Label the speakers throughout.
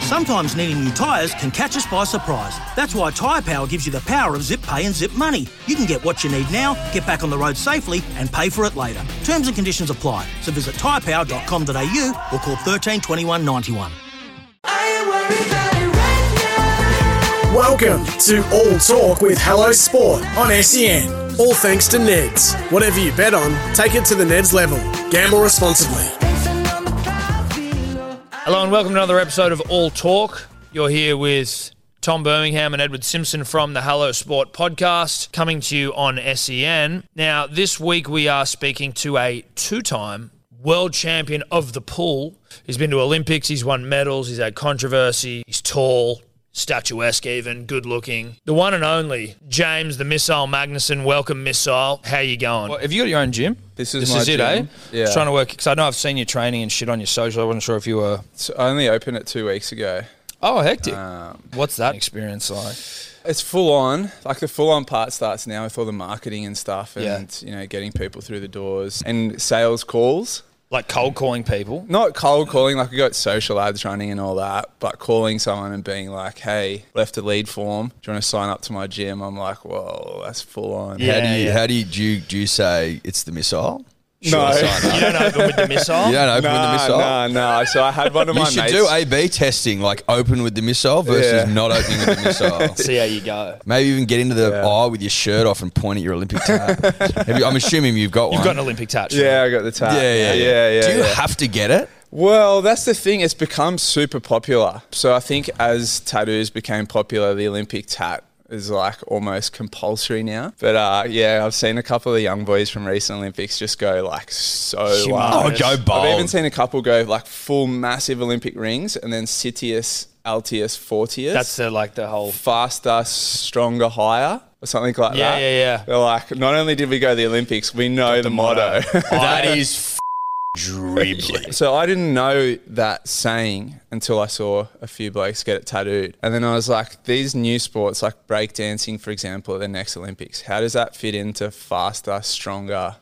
Speaker 1: Sometimes needing new tyres can catch us by surprise. That's why Tyre Power gives you the power of zip pay and zip money. You can get what you need now, get back on the road safely, and pay for it later. Terms and conditions apply. So visit tyrepower.com.au or call 13 21 91.
Speaker 2: Welcome to All Talk with Hello Sport on SEN. All thanks to Neds. Whatever you bet on, take it to the Neds level. Gamble responsibly.
Speaker 3: Hello and welcome to another episode of All Talk. You're here with Tom Birmingham and Edward Simpson from the Hello Sport podcast, coming to you on SEN. Now, this week we are speaking to a two time world champion of the pool. He's been to Olympics, he's won medals, he's had controversy, he's tall, statuesque, even good looking. The one and only James the Missile Magnuson. Welcome, Missile. How you going?
Speaker 4: Well, have you got your own gym?
Speaker 5: This is
Speaker 4: This
Speaker 5: my
Speaker 4: is it,
Speaker 5: gym.
Speaker 4: eh?
Speaker 5: Yeah.
Speaker 4: Just trying to work because I know I've seen your training and shit on your social. I wasn't sure if you were.
Speaker 5: It's only open it two weeks ago.
Speaker 4: Oh, hectic!
Speaker 5: Um,
Speaker 4: What's that experience like?
Speaker 5: it's full on. Like the full on part starts now with all the marketing and stuff, and
Speaker 4: Yeah.
Speaker 5: you know, getting people through the doors and sales calls.
Speaker 4: Like cold calling people.
Speaker 5: Not cold calling, like we got social ads running and all that, but calling someone and being like, "Hey, left a lead form. Do you want to sign up to my gym?" I'm like, "Whoa, that's full on."
Speaker 3: Yeah.
Speaker 6: How do you, how do you, do you, do you say it's the missile? Sure,
Speaker 5: No.
Speaker 6: sign
Speaker 3: You
Speaker 6: up.
Speaker 3: don't open with the missile?
Speaker 6: you don't open with the
Speaker 5: Nah,
Speaker 6: missile.
Speaker 5: nah, nah. So I had one of
Speaker 6: You
Speaker 5: my
Speaker 6: should
Speaker 5: mates.
Speaker 6: do A/B testing, like open with the missile versus
Speaker 5: Yeah.
Speaker 6: not opening with the missile.
Speaker 3: See how you go.
Speaker 6: Maybe even get into the
Speaker 5: Yeah.
Speaker 6: eye with your shirt off and point at your Olympic tab. Have you- I'm assuming you've got
Speaker 3: You've
Speaker 6: one.
Speaker 3: got an Olympic touch.
Speaker 5: yeah, I got the tag.
Speaker 6: yeah, yeah,
Speaker 5: yeah, yeah.
Speaker 6: Do you
Speaker 5: yeah.
Speaker 6: have to get it?
Speaker 5: Well, that's the thing. It's become super popular. So I think as tattoos became popular, the Olympic tat is like almost compulsory now. But uh, yeah, I've seen a couple of the young boys from recent Olympics just go like so
Speaker 3: Humongous.
Speaker 5: large.
Speaker 3: Oh, go
Speaker 5: I've
Speaker 6: bold.
Speaker 5: even seen a couple go like full massive Olympic rings and then Citius, Altius, Fortius.
Speaker 3: That's the, like the whole
Speaker 5: faster, stronger, higher. Or something like
Speaker 3: Yeah,
Speaker 5: that.
Speaker 3: yeah, yeah.
Speaker 5: They're like, not only did we go to the Olympics, we know the, motto.
Speaker 6: That is f- dribbling.
Speaker 5: So I didn't know that saying until I saw a few blokes get it tattooed. And then I was like, these new sports, like breakdancing, for example, at the next Olympics, how does that fit into faster, stronger,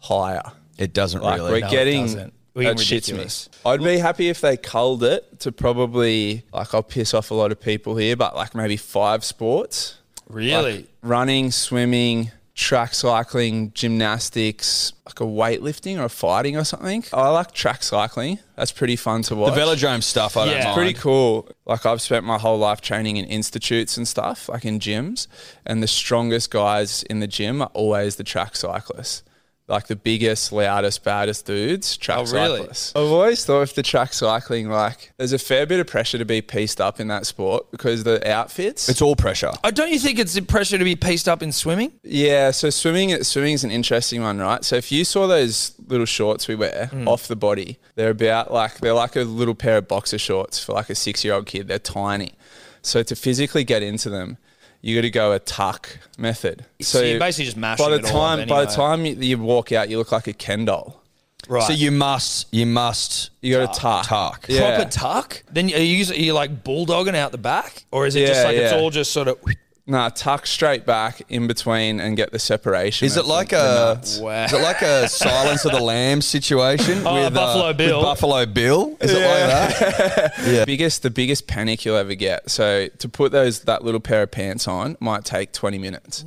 Speaker 5: higher?
Speaker 6: It doesn't
Speaker 5: Like
Speaker 6: really.
Speaker 5: we're getting
Speaker 3: doesn't. We're
Speaker 5: that
Speaker 3: getting
Speaker 5: shits me.
Speaker 3: ridiculous.
Speaker 5: I'd be happy if they culled it to probably like I'll piss off a lot of people here, but like maybe five sports.
Speaker 3: really.
Speaker 5: Like running, swimming, track cycling, gymnastics, like a weightlifting or a fighting or something. I like track cycling. That's pretty fun to
Speaker 6: the
Speaker 5: watch.
Speaker 6: velodrome stuff. I
Speaker 3: Yeah.
Speaker 6: don't mind.
Speaker 5: Pretty cool. Like I've spent my whole life training in institutes and stuff, like in gyms, and the strongest guys in the gym are always the track cyclists. Like the biggest, loudest, baddest dudes, track
Speaker 3: Oh, really?
Speaker 5: cyclists. I've always thought if the track cycling, like, there's a fair bit of pressure to be pieced up in that sport because the outfits.
Speaker 6: It's all pressure.
Speaker 4: Oh, don't you think it's the pressure to be pieced up in swimming?
Speaker 5: Yeah, so swimming swimming is an interesting one, right? So if you saw those little shorts we wear
Speaker 3: Mm.
Speaker 5: off the body, they're about like they're like a little pair of boxer shorts for like a six year old kid. They're tiny, so to physically get into them, you got to go a tuck method.
Speaker 3: So you basically just mash
Speaker 5: by the
Speaker 3: them it all up
Speaker 5: time by the
Speaker 3: anyway.
Speaker 5: time you, you walk out, you look like a Ken doll.
Speaker 3: Right.
Speaker 6: So you must. You must.
Speaker 5: You got to tuck.
Speaker 6: Tuck.
Speaker 5: Yeah.
Speaker 4: Proper tuck? Then are you, are you like bulldogging out the back? Or is it just
Speaker 5: Yeah,
Speaker 4: like it's
Speaker 5: yeah.
Speaker 4: all just sort of.
Speaker 5: Nah, tuck straight back in between and get the separation.
Speaker 6: Is
Speaker 5: of
Speaker 6: it
Speaker 5: the-
Speaker 6: like
Speaker 5: the
Speaker 6: a
Speaker 5: nuts.
Speaker 3: Wow.
Speaker 6: is it like a Silence of the Lambs situation
Speaker 3: Oh, Buffalo
Speaker 6: with
Speaker 3: Bill.
Speaker 6: Buffalo Bill? Is it like that?
Speaker 5: biggest the biggest panic you'll ever get. So to put those that little pair of pants on might take 20 minutes.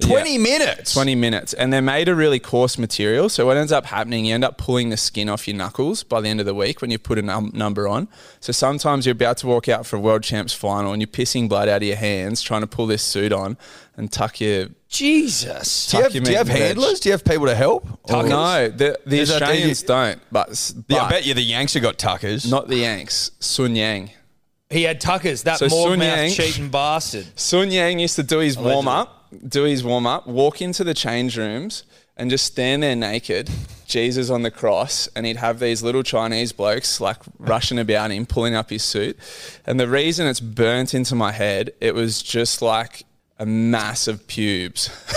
Speaker 6: Twenty minutes.
Speaker 5: 20 minutes. And they're made of really coarse material. So what ends up happening, you end up pulling the skin off your knuckles by the end of the week when you put a num- number on. So sometimes you're about to walk out for a world champs final and you're pissing blood out of your hands trying to pull this suit on and tuck your
Speaker 4: Jesus.
Speaker 6: Do you have,
Speaker 5: Fuck, you
Speaker 6: do you have
Speaker 5: mean veg.
Speaker 6: handlers? Do you have people to help? Or-
Speaker 5: No, the, the
Speaker 6: Is that-
Speaker 5: Australians
Speaker 6: you-
Speaker 5: don't, but, s- but
Speaker 6: Yeah, I bet you the Yanks have got tuckers.
Speaker 5: not the Yanks, Sun Yang.
Speaker 4: He had tuckers, that
Speaker 5: So
Speaker 4: more
Speaker 5: Sun
Speaker 4: mouth
Speaker 5: Yang-
Speaker 4: cheating bastard.
Speaker 5: Sun Yang used to do his warm up, do his warm up, walk into the change rooms and just stand there naked, Jesus on the cross, and he'd have these little Chinese blokes like rushing about him, pulling up his suit. And the reason it's burnt into my head, it was just like a mass of pubes.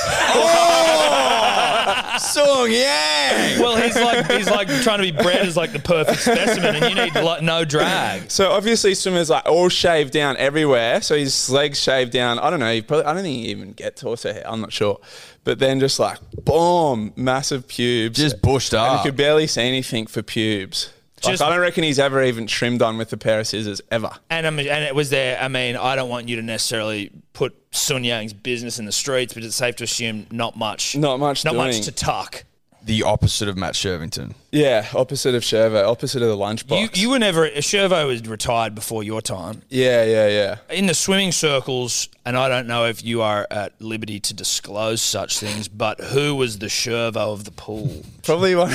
Speaker 6: Song Yang.
Speaker 3: well, he's like he's like trying to be bred as like the perfect specimen, and you need like no drag.
Speaker 5: So obviously swimmers like all shaved down everywhere. So his legs shaved down. I don't know. He probably, I don't think he even get torso hair. I'm not sure. But then just like boom, massive pubes.
Speaker 6: Just bushed
Speaker 5: And
Speaker 6: up.
Speaker 5: you could barely see anything for pubes. Like,
Speaker 3: Just-
Speaker 5: I don't reckon he's ever even trimmed on with a pair of scissors ever.
Speaker 3: And, um, and it was there. I mean, I don't want you to necessarily put Sun Yang's business in the streets, but it's safe to assume not much.
Speaker 5: Not much
Speaker 3: Not
Speaker 5: doing.
Speaker 3: much to tuck.
Speaker 6: The opposite of Matt Shervington.
Speaker 5: Yeah, opposite of Shervo, opposite of the
Speaker 3: You,
Speaker 5: lunchbox.
Speaker 3: you were never. Shervo was retired before your time.
Speaker 5: yeah, yeah, yeah.
Speaker 3: in the swimming circles, and I don't know if you are at liberty to disclose such things, but who was the Shervo of the pool?
Speaker 5: Probably one.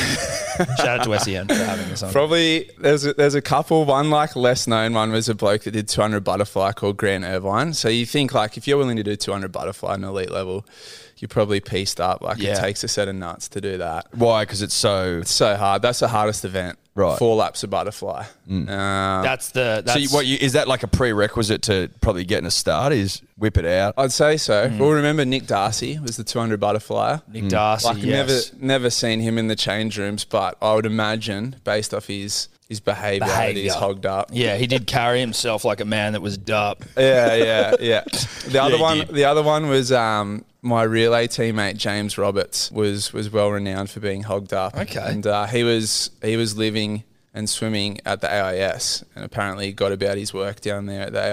Speaker 3: Shout out to SEN for having this on.
Speaker 5: Probably there's a, there's a couple. One like less known one was a bloke that did 200 butterfly called Grant Irvine. So you think like if you're willing to do 200 butterfly on elite level, you're probably pieced up. Like it
Speaker 3: Yeah.
Speaker 5: takes a set of nuts to do that.
Speaker 6: Why? Because it's so.
Speaker 5: It's so hard. That's the hardest event.
Speaker 6: Right.
Speaker 5: Four laps of butterfly.
Speaker 3: Mm.
Speaker 5: Um,
Speaker 3: That's the. That's,
Speaker 6: so you, what you, is that like a prerequisite to probably getting a start? Is whip it out?
Speaker 5: I'd say so. Well, remember Nick Darcy was the 200 butterfly.
Speaker 3: Mm. Nick Darcy.
Speaker 5: Like
Speaker 3: yes.
Speaker 5: never never seen him in the change rooms, but I would imagine based off his his behaviour that he's
Speaker 3: Behaviour.
Speaker 5: hogged up.
Speaker 3: Yeah, he did carry himself like a man that was dup.
Speaker 5: yeah, yeah, yeah. The other
Speaker 3: he
Speaker 5: one,
Speaker 3: did.
Speaker 5: the other one was um, my relay teammate James Roberts was was well renowned for being hogged up.
Speaker 3: Okay.
Speaker 5: and uh, he was he was living and swimming at the AIS, and apparently got about his work down there at the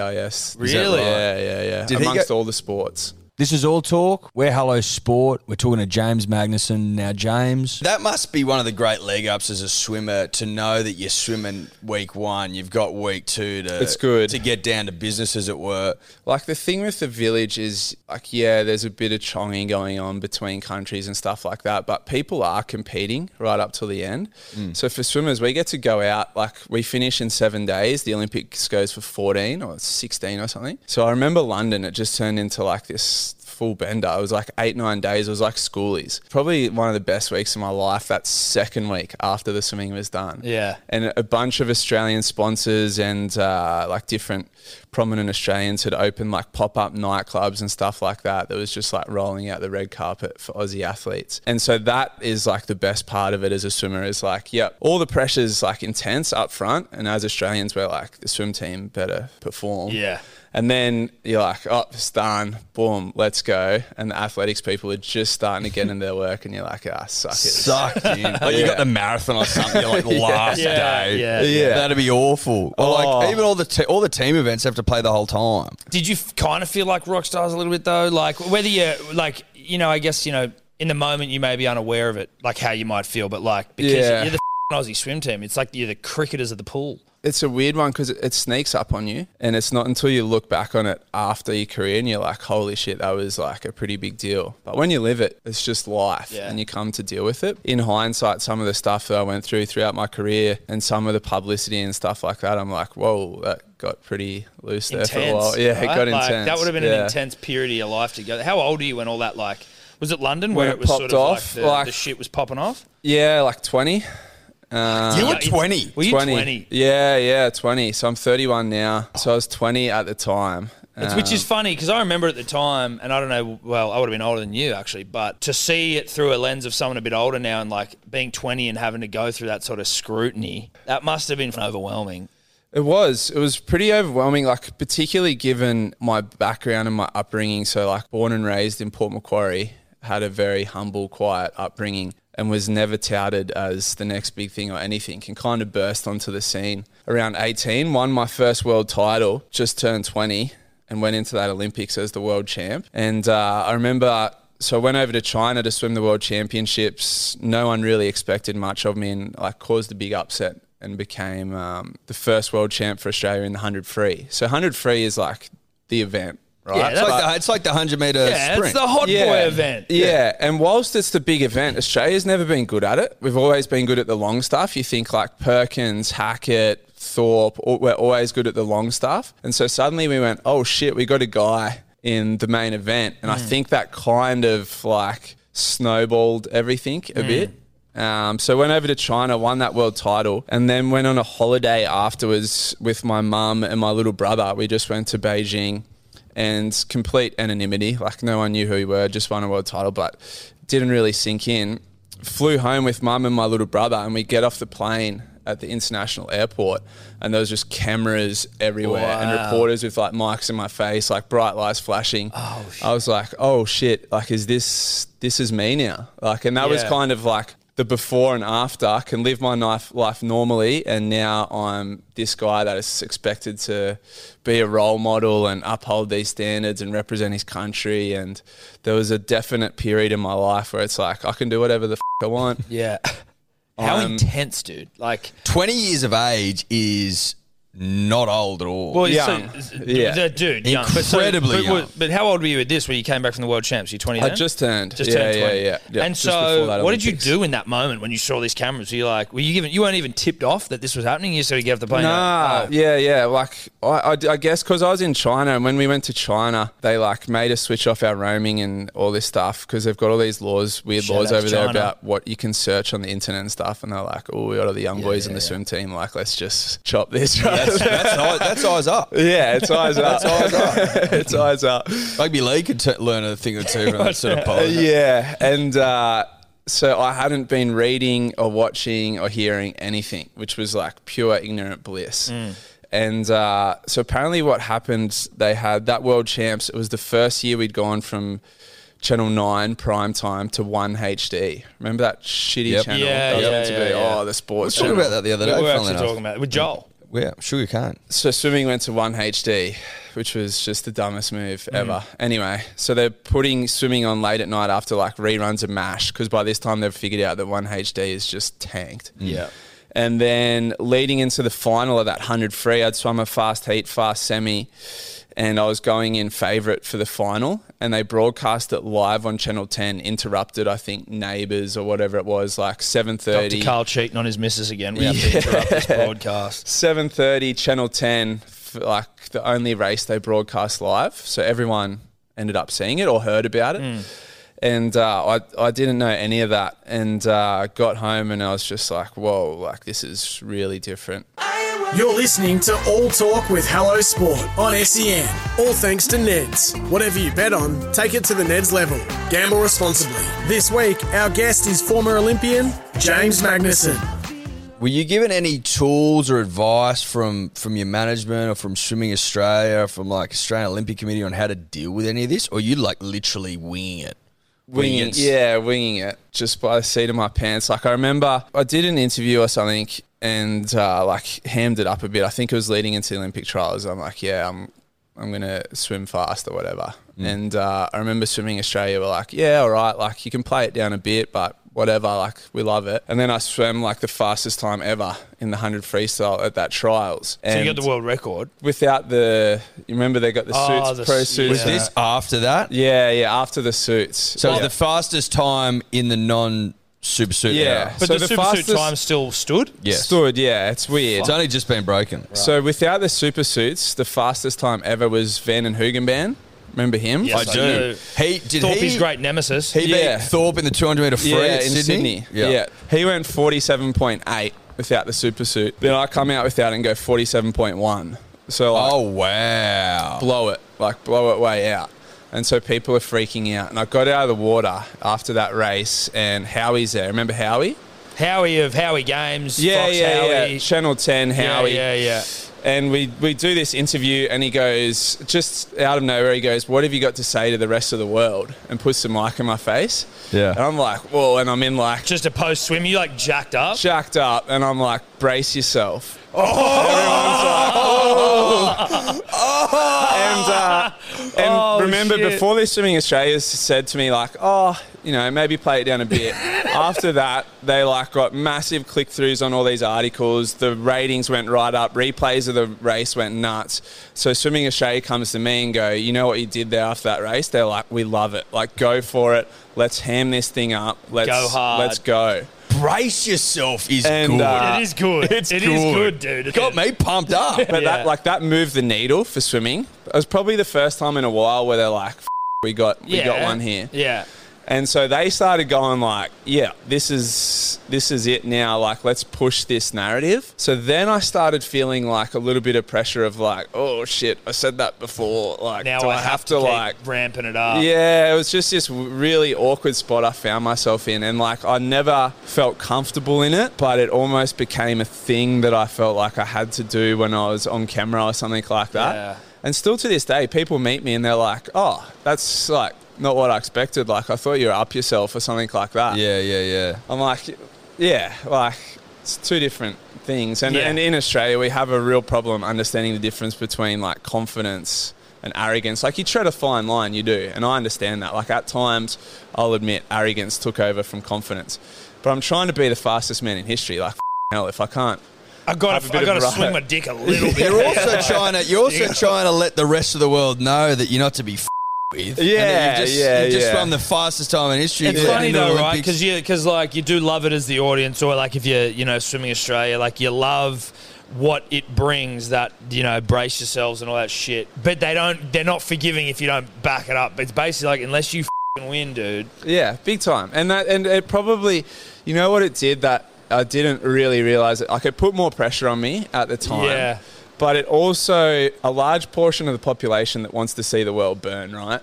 Speaker 3: Is
Speaker 5: AIS.
Speaker 3: that Really? right?
Speaker 5: Yeah, yeah, yeah.
Speaker 6: Did he
Speaker 5: Amongst
Speaker 6: get-
Speaker 5: all the sports.
Speaker 7: This is all talk. We're Hello Sport. We're talking to James Magnuson now. James,
Speaker 6: That must be one of the great leg ups as a swimmer to know that you're swimming week one. You've got week two to
Speaker 5: It's good.
Speaker 6: to get down to business, as it were.
Speaker 5: Like the thing with the village is like yeah, there's a bit of chonging going on between countries and stuff like that, but people are competing right up till the end. So for swimmers, we get to go out like we finish in 7 days, the Olympics goes for 14 or 16 or something. So I remember London it just turned into like this full bender. It was like 8 9 days, it was like schoolies. Probably one of the best weeks of my life that second week after the swimming was done
Speaker 3: Yeah.
Speaker 5: and a bunch of Australian sponsors and uh, like different prominent Australians had opened like pop up nightclubs and stuff like that. That was just like rolling out the red carpet for Aussie athletes. And so that is like the best part of it as a swimmer is like, yeah, all the pressure's like intense up front. And as Australians, we're like, the swim team better perform.
Speaker 3: Yeah.
Speaker 5: And then you're like, oh, it's done. Boom, let's go. And the athletics people are just starting to get in their work, and you're like, ah, suck it.
Speaker 6: Sucked in. Like you got the marathon or something. You're like last
Speaker 3: Yeah,
Speaker 6: day.
Speaker 3: yeah, yeah.
Speaker 6: That'd be awful. Or
Speaker 5: Oh.
Speaker 6: like even all the te- all the team events have to play the whole time.
Speaker 3: Did you kind of feel like rock stars a little bit though? Like whether you like, you know, I guess you know, in the moment you may be unaware of it, like how you might feel, but like because
Speaker 5: Yeah.
Speaker 3: you're the Aussie swim team, it's like you're the cricketers of the pool.
Speaker 5: it's a weird one because it, it sneaks up on you, and it's not until you look back on it after your career and you're like, "Holy shit, that was like a pretty big deal." But when you live it, it's just life,
Speaker 3: Yeah.
Speaker 5: and you come to deal with it. In hindsight, some of the stuff that I went through throughout my career, and some of the publicity and stuff like that, I'm like, "Whoa, that got pretty loose there
Speaker 3: intense.
Speaker 5: for a while." Yeah,
Speaker 3: right?
Speaker 5: it got
Speaker 3: Like,
Speaker 5: intense.
Speaker 3: That would have been an
Speaker 5: Yeah.
Speaker 3: intense period of your life to go. How old are you when all that like? Was it London
Speaker 5: When
Speaker 3: where
Speaker 5: it
Speaker 3: it was
Speaker 5: popped
Speaker 3: sort of
Speaker 5: off,
Speaker 3: like, the,
Speaker 5: like-
Speaker 3: the shit was popping off?
Speaker 5: Yeah, like 20.
Speaker 6: you were
Speaker 3: Yeah, it's-
Speaker 6: twenty.
Speaker 3: Were you 20?
Speaker 5: 20. Yeah, yeah, 20. So I'm 31 now. So I was 20 at the time.
Speaker 3: It's, which
Speaker 5: Um,
Speaker 3: is funny because I remember at the time, and I don't know, well, I would have been older than you actually, but to see it through a lens of someone a bit older now and like being 20 and having to go through that sort of scrutiny, that must have been overwhelming.
Speaker 5: It was. It was pretty overwhelming, like particularly given my background and my upbringing. So, like, born and raised in Port Macquarie, had a very humble, quiet upbringing, and was never touted as the next big thing or anything. And kind of burst onto the scene around 18, won my first world title, just turned 20, and went into that Olympics as the world champ. And uh, I remember so I went over to China to swim the World Championships. No one really expected much of me, and like caused a big upset and became um, the first world champ for Australia in the hundred free. So hundred free is like the event, right?
Speaker 3: Yeah,
Speaker 6: It's
Speaker 3: that's-
Speaker 6: like, the, it's like the hundred meter
Speaker 3: Yeah,
Speaker 6: sprint.
Speaker 3: it's the hot boy event.
Speaker 5: Yeah. and whilst it's the big event, Australia's never been good at it. We've always been good at the long stuff. You think like Perkins, Hackett, Thorpe, all, we're always good at the long stuff. And so suddenly we went, oh shit, we got a guy in the main event. And
Speaker 3: Mm.
Speaker 5: I think that kind of like snowballed everything a
Speaker 3: Mm.
Speaker 5: bit. Um, so went over to China, won that world title, and then went on a holiday afterwards with my mum and my little brother. We just went to Beijing and complete anonymity. Like no one knew who we were, just won a world title, but didn't really sink in. Flew home with mum and my little brother, and we get off the plane at the international airport, and there was just cameras everywhere and reporters with like mics in my face, like bright lights flashing. Oh, I was like, oh shit! Like, is this this is me now? Like, and that was
Speaker 3: Yeah.
Speaker 5: kind of like the before and after, can live my life life normally, and now I'm this guy that is expected to be a role model and uphold these standards and represent his country. And there was a definite period in my life where it's like I can do whatever the f- I want.
Speaker 3: Yeah. How
Speaker 5: Um,
Speaker 3: intense, dude. Like,
Speaker 6: 20 years of age is not old at all.
Speaker 3: well,
Speaker 5: Young.
Speaker 3: So,
Speaker 5: Yeah.
Speaker 3: the dude, young.
Speaker 6: Incredibly
Speaker 3: but, so- but,
Speaker 6: young.
Speaker 3: But how old were you at this when you came back from the World Champs? You 20
Speaker 5: I
Speaker 3: then?
Speaker 5: just turned.
Speaker 3: Just
Speaker 5: yeah,
Speaker 3: turned
Speaker 5: yeah,
Speaker 3: 20.
Speaker 5: yeah, yeah.
Speaker 3: And
Speaker 5: Just before
Speaker 3: so,
Speaker 5: that
Speaker 3: what did you
Speaker 5: Olympics.
Speaker 3: do in that moment when you saw these cameras? Were you like, were you given, you weren't even tipped off that this was happening? You said you gave the plane.
Speaker 5: Nah,
Speaker 3: Oh.
Speaker 5: yeah, yeah. Like I, I, I guess because I was in China, and when we went to China, they like made us switch off our roaming and all this stuff because they've got all these laws, weird
Speaker 3: Shout
Speaker 5: laws
Speaker 3: out
Speaker 5: over there
Speaker 3: China.
Speaker 5: about what you can search on the internet and stuff. And they're like, "Oh, we got all the young boys in the swim team. Like, let's just chop this." Right?
Speaker 6: that's, that's, eyes- that's eyes up.
Speaker 5: yeah, it's eyes up.
Speaker 6: eyes up.
Speaker 5: it's eyes up.
Speaker 6: Rugby league could t- learn a thing or two from that sort of pilot.
Speaker 5: yeah, and uh, so I hadn't been reading or watching or hearing anything, which was like pure ignorant bliss.
Speaker 3: Mm.
Speaker 5: And uh, so apparently, what happened? They had that World Champs. It was the first year we'd gone from Channel Nine prime time to One HD. Remember that shitty
Speaker 6: Yep.
Speaker 5: channel?
Speaker 3: Yeah,
Speaker 5: that was
Speaker 3: yeah,
Speaker 5: meant to
Speaker 3: yeah,
Speaker 5: be,
Speaker 3: yeah.
Speaker 5: Oh, the sports.
Speaker 6: Talk
Speaker 5: channel.
Speaker 6: about that the other
Speaker 3: We
Speaker 6: day.
Speaker 3: were
Speaker 6: funnily
Speaker 3: actually
Speaker 6: enough.
Speaker 3: talking about it with Joel.
Speaker 6: Yeah, sure you can't.
Speaker 5: so swimming went to 1HD, which was just the dumbest move
Speaker 3: Mm.
Speaker 5: ever. Anyway, so they're putting swimming on late at night after like reruns of MASH because by this time they've figured out that 1HD is just tanked.
Speaker 3: Mm.
Speaker 6: Yeah.
Speaker 5: And then leading into the final of that 100 free, I'd swum a fast heat, fast semi, and I was going in favourite for the final. And they broadcast it live on Channel 10, interrupted, I think, Neighbours or whatever it was, like 7.30.
Speaker 3: Dr. Carl cheating on his missus again. We have to interrupt this broadcast.
Speaker 5: seven thirty, Channel Ten, f- like the only race they broadcast live, so everyone ended up seeing it or heard about it. And uh, I I didn't know any of that, and uh, got home and I was just like, whoa, like this is really different.
Speaker 2: You're listening to All Talk with Hello Sport on SEN. All thanks to Neds. Whatever you bet on, take it to the Neds level. Gamble responsibly. This week, our guest is former Olympian James Magnuson.
Speaker 6: Were you given any tools or advice from from your management or from Swimming Australia, or from like Australian Olympic Committee on how to deal with any of this, or you like literally winging it?
Speaker 5: winging,
Speaker 6: Winging it.
Speaker 5: yeah, winging it just by the seat of my pants. Like I remember, I did an interview or something, and uh, like hammed it up a bit. I think it was leading into the Olympic trials. I'm like, yeah, I'm, I'm gonna swim fast or whatever.
Speaker 3: Mm.
Speaker 5: And uh, I remember swimming Australia. We're like, yeah, all right, like you can play it down a bit, but whatever, like we love it. And then I swam like the fastest time ever in the hundred freestyle at that trials.
Speaker 3: So
Speaker 5: And
Speaker 3: you got the world record.
Speaker 5: without the, you remember they got the
Speaker 3: Oh,
Speaker 5: suits,
Speaker 3: the
Speaker 5: pro
Speaker 3: suits.
Speaker 5: suits.
Speaker 6: Was
Speaker 3: Yeah.
Speaker 6: this after that?
Speaker 5: Yeah, yeah, after the suits.
Speaker 6: So
Speaker 5: yeah.
Speaker 6: it's the fastest time in the non super suit
Speaker 5: Yeah.
Speaker 6: era.
Speaker 5: So
Speaker 3: But the,
Speaker 5: the
Speaker 3: super suit
Speaker 5: fastest-
Speaker 3: time still stood.
Speaker 6: Yes.
Speaker 5: Stood, yeah, it's weird.
Speaker 6: It's only just been broken.
Speaker 5: So without the super suits, the fastest time ever was Van and Hugenban. Remember him?
Speaker 3: Yes, I do.
Speaker 6: He did
Speaker 3: Thorpe
Speaker 6: he
Speaker 3: is great nemesis.
Speaker 6: He beat
Speaker 5: Yeah.
Speaker 6: Thorpe in the 200 meter free
Speaker 5: Yeah,
Speaker 6: at
Speaker 5: in
Speaker 6: Sydney.
Speaker 5: Sydney. Yeah. he went forty-seven point eight without the super suit. Then I come out without it and go forty-seven point one. So like,
Speaker 6: Oh wow.
Speaker 5: blow it, like blow it way out. And so people are freaking out. And I got out of the water after that race, and Howie's there. Remember Howie?
Speaker 3: Howie of Howie Games. Fox Howie.
Speaker 5: Channel Ten, Howie.
Speaker 3: Yeah, yeah,
Speaker 5: And we, we do this interview, and he goes, just out of nowhere, he goes, What have you got to say to the rest of the world? And puts the mic in my face.
Speaker 6: Yeah.
Speaker 5: And I'm like, Whoa. And I'm in like,
Speaker 3: Just a post swim. You like jacked up.
Speaker 5: jacked up. And I'm like, Brace yourself. Oh! "Oh." And, uh, and
Speaker 3: Oh,
Speaker 5: remember,
Speaker 3: shit.
Speaker 5: before this, Swimming Australia said to me, like, Oh, you know, maybe play it down a bit. After that, they like got massive click throughs on all these articles. The ratings went right up. Replays of the race went nuts. So Swimming Australia comes to me and go, you know what you did there after that race? They're like, we love it. Like, go for it. Let's ham this thing up. Let's
Speaker 3: Go hard.
Speaker 5: Let's go.
Speaker 6: Brace yourself is
Speaker 5: And,
Speaker 6: good.
Speaker 5: uh,
Speaker 3: it is good. It's
Speaker 6: good.
Speaker 3: dude.
Speaker 6: It got me pumped up.
Speaker 5: But
Speaker 3: Yeah.
Speaker 5: that like that moved the needle for swimming. It was probably the first time in a while where they're like, F- we got we got one here.
Speaker 3: Yeah.
Speaker 5: And so they started going like, yeah, this is this is it now. Like, let's push this narrative. So then I started feeling like a little bit of pressure of like, oh shit, I said that before. Like,
Speaker 3: Now
Speaker 5: do
Speaker 3: I, have to, keep
Speaker 5: like
Speaker 3: ramping it up.
Speaker 5: yeah, it was just this really awkward spot I found myself in. And like, I never felt comfortable in it, but it almost became a thing that I felt like I had to do when I was on camera or something like that.
Speaker 3: Yeah.
Speaker 5: And still to this day, people meet me and they're like, oh, that's like not what I expected. Like, I thought you were up yourself or something like that.
Speaker 6: Yeah, yeah, yeah.
Speaker 5: I'm like, yeah, like it's two different things. And,
Speaker 3: Yeah.
Speaker 5: and in Australia, we have a real problem understanding the difference between like confidence and arrogance. Like you tread a fine line, you do, and I understand that. Like at times, I'll admit arrogance took over from confidence, but I'm trying to be the fastest man in history. Like hell, if I can't.
Speaker 3: I got
Speaker 5: Have a
Speaker 3: to
Speaker 5: bit
Speaker 3: I got to
Speaker 5: of a
Speaker 3: swing
Speaker 5: riot.
Speaker 3: my dick a little bit.
Speaker 6: You're also trying to you're also trying to let the rest of the world know that you're not to be f- with. And that
Speaker 5: Yeah,
Speaker 6: you've just,
Speaker 5: yeah,
Speaker 6: you've just
Speaker 5: yeah.
Speaker 6: run the fastest time in history.
Speaker 3: It's
Speaker 6: in
Speaker 3: funny
Speaker 6: the
Speaker 3: though, right?
Speaker 6: Olympics.
Speaker 3: Because you because like you do love it as the audience, or like if you're you know swimming Australia, like you love what it brings that you know brace yourselves and all that shit. But they don't they're not forgiving if you don't back it up. It's basically like unless you fing win, dude.
Speaker 5: Yeah, big time. And that and it probably you know what it did that I didn't really realize it. Like it put more pressure on me at the time.
Speaker 3: Yeah.
Speaker 5: But it also a large portion of the population that wants to see the world burn, right?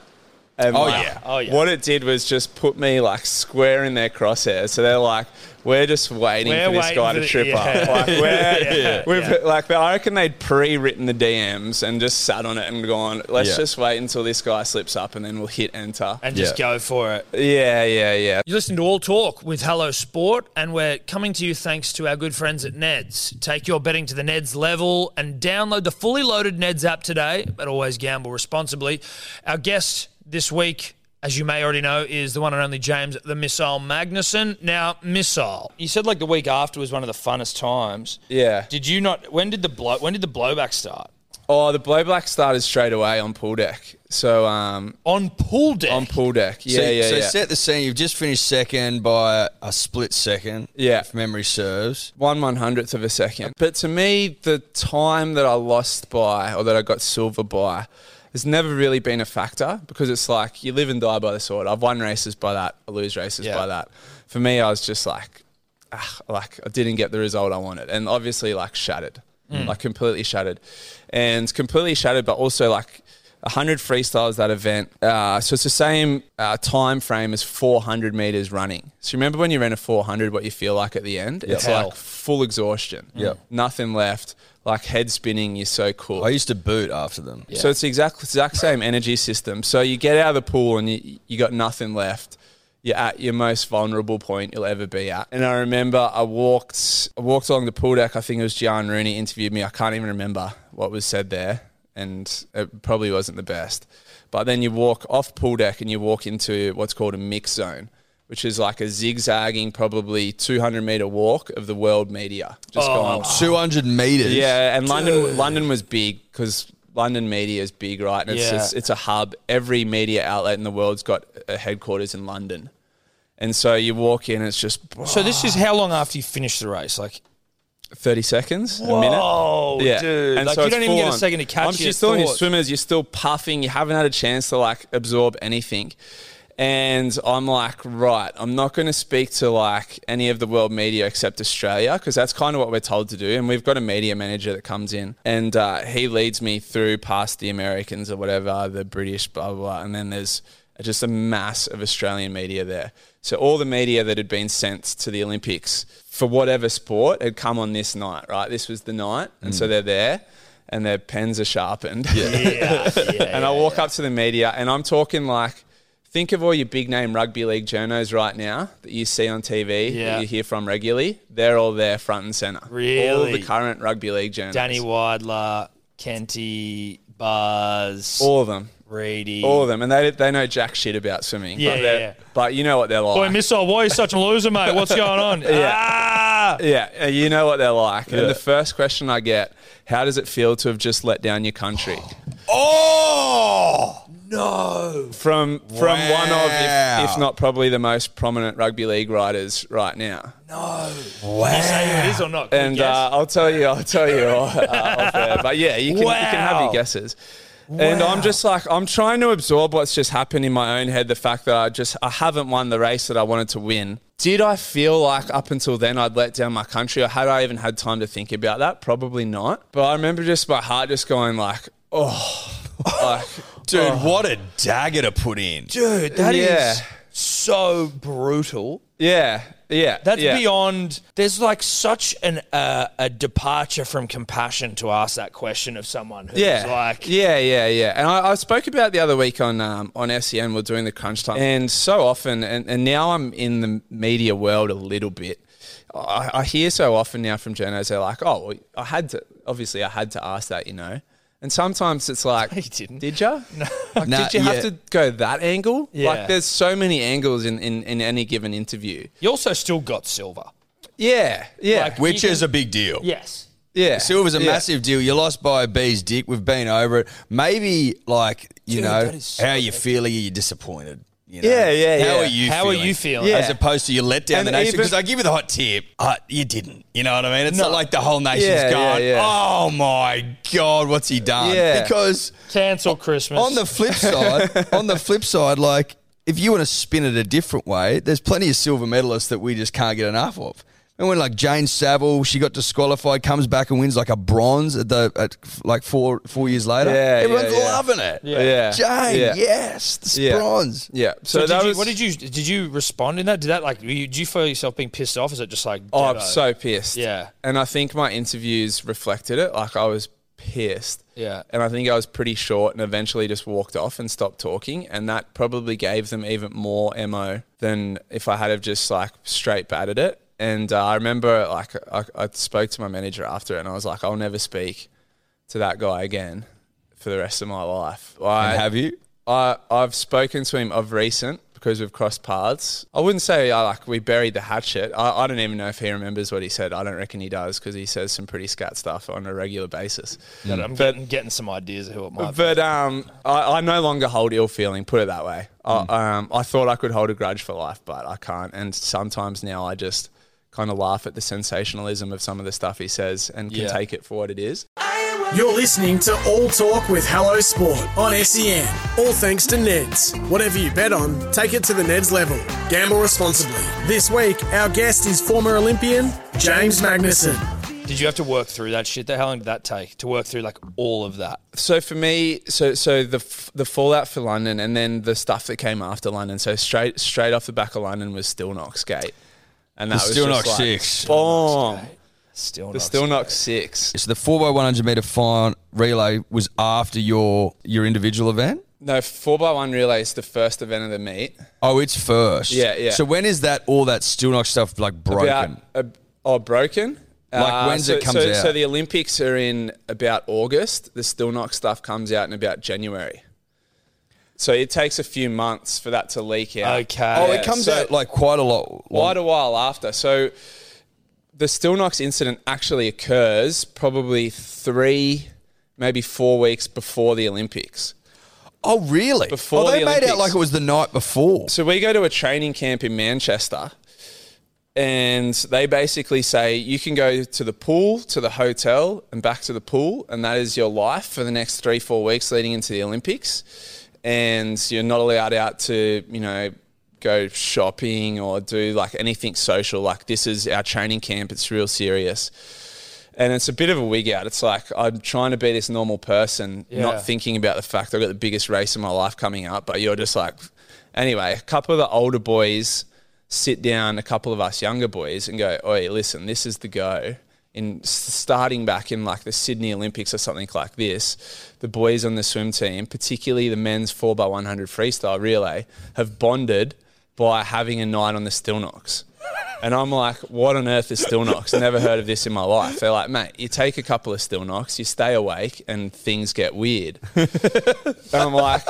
Speaker 5: And
Speaker 6: Oh,
Speaker 5: like,
Speaker 6: yeah.
Speaker 3: Oh, yeah.
Speaker 5: What it did was just put me like square in their crosshairs. So they're like, we're just waiting
Speaker 3: We're
Speaker 5: for this
Speaker 3: waiting
Speaker 5: guy
Speaker 3: for
Speaker 5: to
Speaker 3: the-
Speaker 5: trip up.
Speaker 3: yeah.
Speaker 5: Like we're,
Speaker 3: Yeah,
Speaker 5: we've
Speaker 3: yeah.
Speaker 5: like I reckon they'd pre-written the DMs and just sat on it and gone, let's
Speaker 6: Yeah.
Speaker 5: just wait until this guy slips up and then we'll hit enter.
Speaker 3: And just go for it.
Speaker 5: yeah, yeah, yeah.
Speaker 3: You listen to All Talk with Hello Sport, and we're coming to you thanks to our good friends at Neds. Take your betting to the Neds level and download the fully loaded Neds app today, but always gamble responsibly. Our guest this week, as you may already know, is the one and only James the Missile Magnuson. Now, Missile,
Speaker 4: You said like the week after was one of the funnest times.
Speaker 5: Yeah.
Speaker 4: Did you not? When did the blow? When did the blowback start?
Speaker 5: Oh, the blowback started straight away on pool deck. So um,
Speaker 4: On pool deck.
Speaker 5: on pool deck, yeah,
Speaker 6: so,
Speaker 5: yeah,
Speaker 6: so
Speaker 5: yeah.
Speaker 6: set the scene. You've just finished second by a split second.
Speaker 5: Yeah.
Speaker 6: If memory serves.
Speaker 5: one one hundredth of a second. But to me, the time that I lost by or that I got silver by has never really been a factor because it's like you live and die by the sword. I've won races by that, I lose races
Speaker 4: Yeah.
Speaker 5: by that. For me, I was just like, ah, like I didn't get the result I wanted, and obviously like shattered,
Speaker 4: Mm.
Speaker 5: like completely shattered, and completely shattered, but also like. 100 freestyles that event. Uh, so it's the same uh, time frame as 400 meters running. So remember when you ran a 400, what you feel like at the end? It's
Speaker 4: Hell.
Speaker 5: like full exhaustion. Yeah. Nothing left. Like head spinning. You're so cool.
Speaker 6: I used to boot after them.
Speaker 5: So it's the exact exact same energy system. So you get out of the pool and you you got nothing left. You're at your most vulnerable point you'll ever be at. And I remember I walked I walked along the pool deck. I think it was Gian Rooney interviewed me. I can't even remember what was said there, and it probably wasn't the best. But then you walk off pool deck and you walk into what's called a mix zone, which is like a zigzagging, probably 200 meter walk of the world media. Just going
Speaker 6: 200 meters.
Speaker 5: yeah, and London London was big because London media is big, right? And it's,
Speaker 4: Yeah.
Speaker 5: it's it's a hub. Every media outlet in the world's got a headquarters in London, and so you walk in, it's just
Speaker 4: so this is how long after you finished the race? Like
Speaker 5: thirty seconds, a minute.
Speaker 4: Oh,
Speaker 5: Yeah,
Speaker 4: dude. like, you
Speaker 5: it's
Speaker 4: don't even
Speaker 5: full
Speaker 4: get a
Speaker 5: on.
Speaker 4: second to catch
Speaker 5: Um,
Speaker 4: it.
Speaker 5: You're still in your swimmers. You're still puffing. You haven't had a chance to like absorb anything. And I'm like, right, I'm not going to speak to like any of the world media except Australia because that's kind of what we're told to do. And we've got a media manager that comes in and uh, he leads me through past the Americans or whatever, the British, blah, blah, blah. And then there's just a mass of Australian media there. So all the media that had been sent to the Olympics for whatever sport had come on this night, right? This was the night. And so they're there and their pens are sharpened.
Speaker 3: Mm. yeah, yeah.
Speaker 5: and I walk up to the media and I'm talking like, think of all your big name rugby league journos right now that you see on TV,
Speaker 3: Yeah.
Speaker 5: that you hear from regularly. They're all there front and center. All of
Speaker 3: Really?
Speaker 5: the current rugby league journos.
Speaker 3: Danny Widler, Kenty, Buzz,
Speaker 5: All of them.
Speaker 3: Reedy.
Speaker 5: All of them. And they, they know jack shit about swimming.
Speaker 3: Yeah,
Speaker 5: but,
Speaker 3: yeah,
Speaker 5: they're-
Speaker 3: yeah.
Speaker 5: but you know what they're like.
Speaker 3: Boy, Missile, why are you such a loser, mate? What's going on? Ah!
Speaker 5: Yeah, uh, you know what they're like. And the first question I get, how does it feel to have just let down your country?
Speaker 6: Oh!
Speaker 5: From from one of, if,
Speaker 6: Wow.
Speaker 5: if not probably the most prominent rugby league riders right now.
Speaker 3: Say it is or not. Good
Speaker 5: And
Speaker 3: guess.
Speaker 5: uh, I'll tell you, I'll tell you. Uh, off air. But yeah, you can, you can have
Speaker 3: Wow.
Speaker 5: your guesses. And I'm just like, I'm trying to absorb what's just happened in my own head. The fact that I just, I haven't won the race that I wanted to win. Did I feel like up until then I'd let down my country or had I even had time to think about that? Probably not. But I remember just my heart just going like, oh, like,
Speaker 6: Dude, what a dagger to put in.
Speaker 4: dude, that is
Speaker 5: Yeah.
Speaker 4: so brutal.
Speaker 5: yeah, yeah.
Speaker 4: That's
Speaker 5: yeah.
Speaker 4: beyond. There's like such an uh, a departure from compassion to ask that question of someone who's
Speaker 5: Yeah,
Speaker 4: like,
Speaker 5: yeah, yeah, yeah. And I, I spoke about it the other week on um, on SEN. We're doing the crunch time, and so often, and, and now I'm in the media world a little bit. I, I hear so often now from journos, they're like, oh, well, I had to, obviously, I had to ask that, you know. And sometimes it's like,
Speaker 4: you didn't.
Speaker 5: did you? No. Like,
Speaker 6: Nah,
Speaker 5: did you
Speaker 6: yeah.
Speaker 5: have to go that angle?
Speaker 4: Yeah.
Speaker 5: Like, there's so many angles in, in, in any given interview.
Speaker 4: You also still got silver.
Speaker 5: Yeah, yeah,
Speaker 6: Which is a big deal.
Speaker 4: Yes.
Speaker 5: yeah.
Speaker 6: Silver's a
Speaker 5: yeah.
Speaker 6: massive deal. You lost by a bee's dick. We've been over it. Maybe like you know
Speaker 4: that is so
Speaker 6: how you feeling. Are you disappointed? You know?
Speaker 5: Yeah, yeah,
Speaker 6: How
Speaker 5: yeah.
Speaker 6: are you?
Speaker 4: How
Speaker 6: feeling?
Speaker 4: are you feeling?
Speaker 5: Yeah.
Speaker 6: As opposed to you let down
Speaker 5: And
Speaker 6: the nation
Speaker 5: even-
Speaker 6: because I give you the hot tip, uh, you didn't. You know what I mean? It's not like the whole nation's
Speaker 5: Yeah, yeah,
Speaker 6: going,
Speaker 5: yeah.
Speaker 6: "Oh my god, what's he done?"
Speaker 5: Yeah.
Speaker 6: Because
Speaker 4: Cancel Christmas.
Speaker 6: on the flip side, on the flip side, like if you want to spin it a different way, there's plenty of silver medalists that we just can't get enough of. And when like Jane Saville, she got disqualified, comes back and wins like a bronze at the at like four four years later.
Speaker 5: Yeah,
Speaker 6: everyone's
Speaker 5: yeah, yeah.
Speaker 6: loving it.
Speaker 5: Yeah.
Speaker 6: Jane,
Speaker 5: Yeah.
Speaker 6: yes, this
Speaker 5: Yeah.
Speaker 6: bronze.
Speaker 5: Yeah.
Speaker 4: So,
Speaker 5: So,
Speaker 4: did
Speaker 5: that
Speaker 4: you,
Speaker 5: was.
Speaker 4: what did you did you respond in that? Did that like were you, did you feel yourself being pissed off? Is it just like
Speaker 5: Oh, I'm
Speaker 4: ditto?
Speaker 5: so pissed.
Speaker 4: Yeah.
Speaker 5: And I think my interviews reflected it. Like I was pissed.
Speaker 4: Yeah.
Speaker 5: And I think I was pretty short and eventually just walked off and stopped talking. And that probably gave them even more MO than if I had have just like straight batted it. And uh, I remember like I, I spoke to my manager after it and I was like, I'll never speak to that guy again for the rest of my life. I,
Speaker 6: And have you?
Speaker 5: I I've spoken to him of recent because we've crossed paths. I wouldn't say I like we buried the hatchet. I, I don't even know if he remembers what he said. I don't reckon he does because he says some pretty scat stuff on a regular basis.
Speaker 4: Got it. I'm getting, getting some ideas of who it might be.
Speaker 5: But um, I, I no longer hold ill feeling. Put it that way. I, um, I thought I could hold a grudge for life, but I can't. And sometimes now I just kind of laugh at the sensationalism of some of the stuff he says and can
Speaker 4: Yeah.
Speaker 5: take it for what it is.
Speaker 2: You're listening to All Talk with Hello Sport on SEN. All thanks to Neds. Whatever you bet on, take it to the Neds level. Gamble responsibly. This week, our guest is former Olympian James Magnuson.
Speaker 4: Did you have to work through that shit? There, how long did that take to work through like all of that?
Speaker 5: so for me, so so the f- the fallout for London, and then the stuff that came after London. So straight straight off the back of London was still Knox Gate, and that was
Speaker 6: Still
Speaker 5: just
Speaker 6: Knox
Speaker 5: like,
Speaker 6: six.
Speaker 5: Boom.
Speaker 4: Still,
Speaker 5: The
Speaker 4: not
Speaker 5: still Knox six.
Speaker 6: So the four x one hundred meter fine relay was after your your individual event.
Speaker 5: No, four by one relay is the first event of the meet.
Speaker 6: Oh, it's first.
Speaker 5: Yeah, yeah.
Speaker 6: So when is that all that still knock stuff like broken?
Speaker 5: About, uh, oh, broken. Uh,
Speaker 6: Like, when's
Speaker 5: so,
Speaker 6: it comes
Speaker 5: so,
Speaker 6: out?
Speaker 5: So the Olympics are in about August. The still knock stuff comes out in about January. So it takes a few months for that to leak out.
Speaker 4: Okay.
Speaker 6: oh,
Speaker 5: Yeah,
Speaker 6: it comes
Speaker 5: so-
Speaker 6: out like quite a lot.
Speaker 5: quite a while after. So the Still Knox incident actually occurs probably three, maybe four weeks before the Olympics.
Speaker 6: Oh, really?
Speaker 5: Before
Speaker 6: oh, they
Speaker 5: the
Speaker 6: made out
Speaker 5: Olympics.
Speaker 6: like it was the night before.
Speaker 5: So we go to a training camp in Manchester, and they basically say you can go to the pool, to the hotel, and back to the pool, and that is your life for the next three, four weeks leading into the Olympics. And you're not allowed out to, you know, go shopping or do like anything social. Like this is our training camp; it's real serious. And it's a bit of a wig out. It's like I'm trying to be this normal person,
Speaker 4: Yeah.
Speaker 5: not thinking about the fact I've got the biggest race of my life coming up. But you're just like, anyway, a couple of the older boys sit down, a couple of us younger boys, and go, oi, listen, this is the go. In s- starting back in like the Sydney Olympics or something like this, the boys on the swim team, particularly the men's 4x100 freestyle relay, have bonded by having a night on the still knocks. And I'm like, what on earth is still knocks? Never heard of this in my life. They're like, mate, you take a couple of still knocks, you stay awake, and things get weird. and I'm like,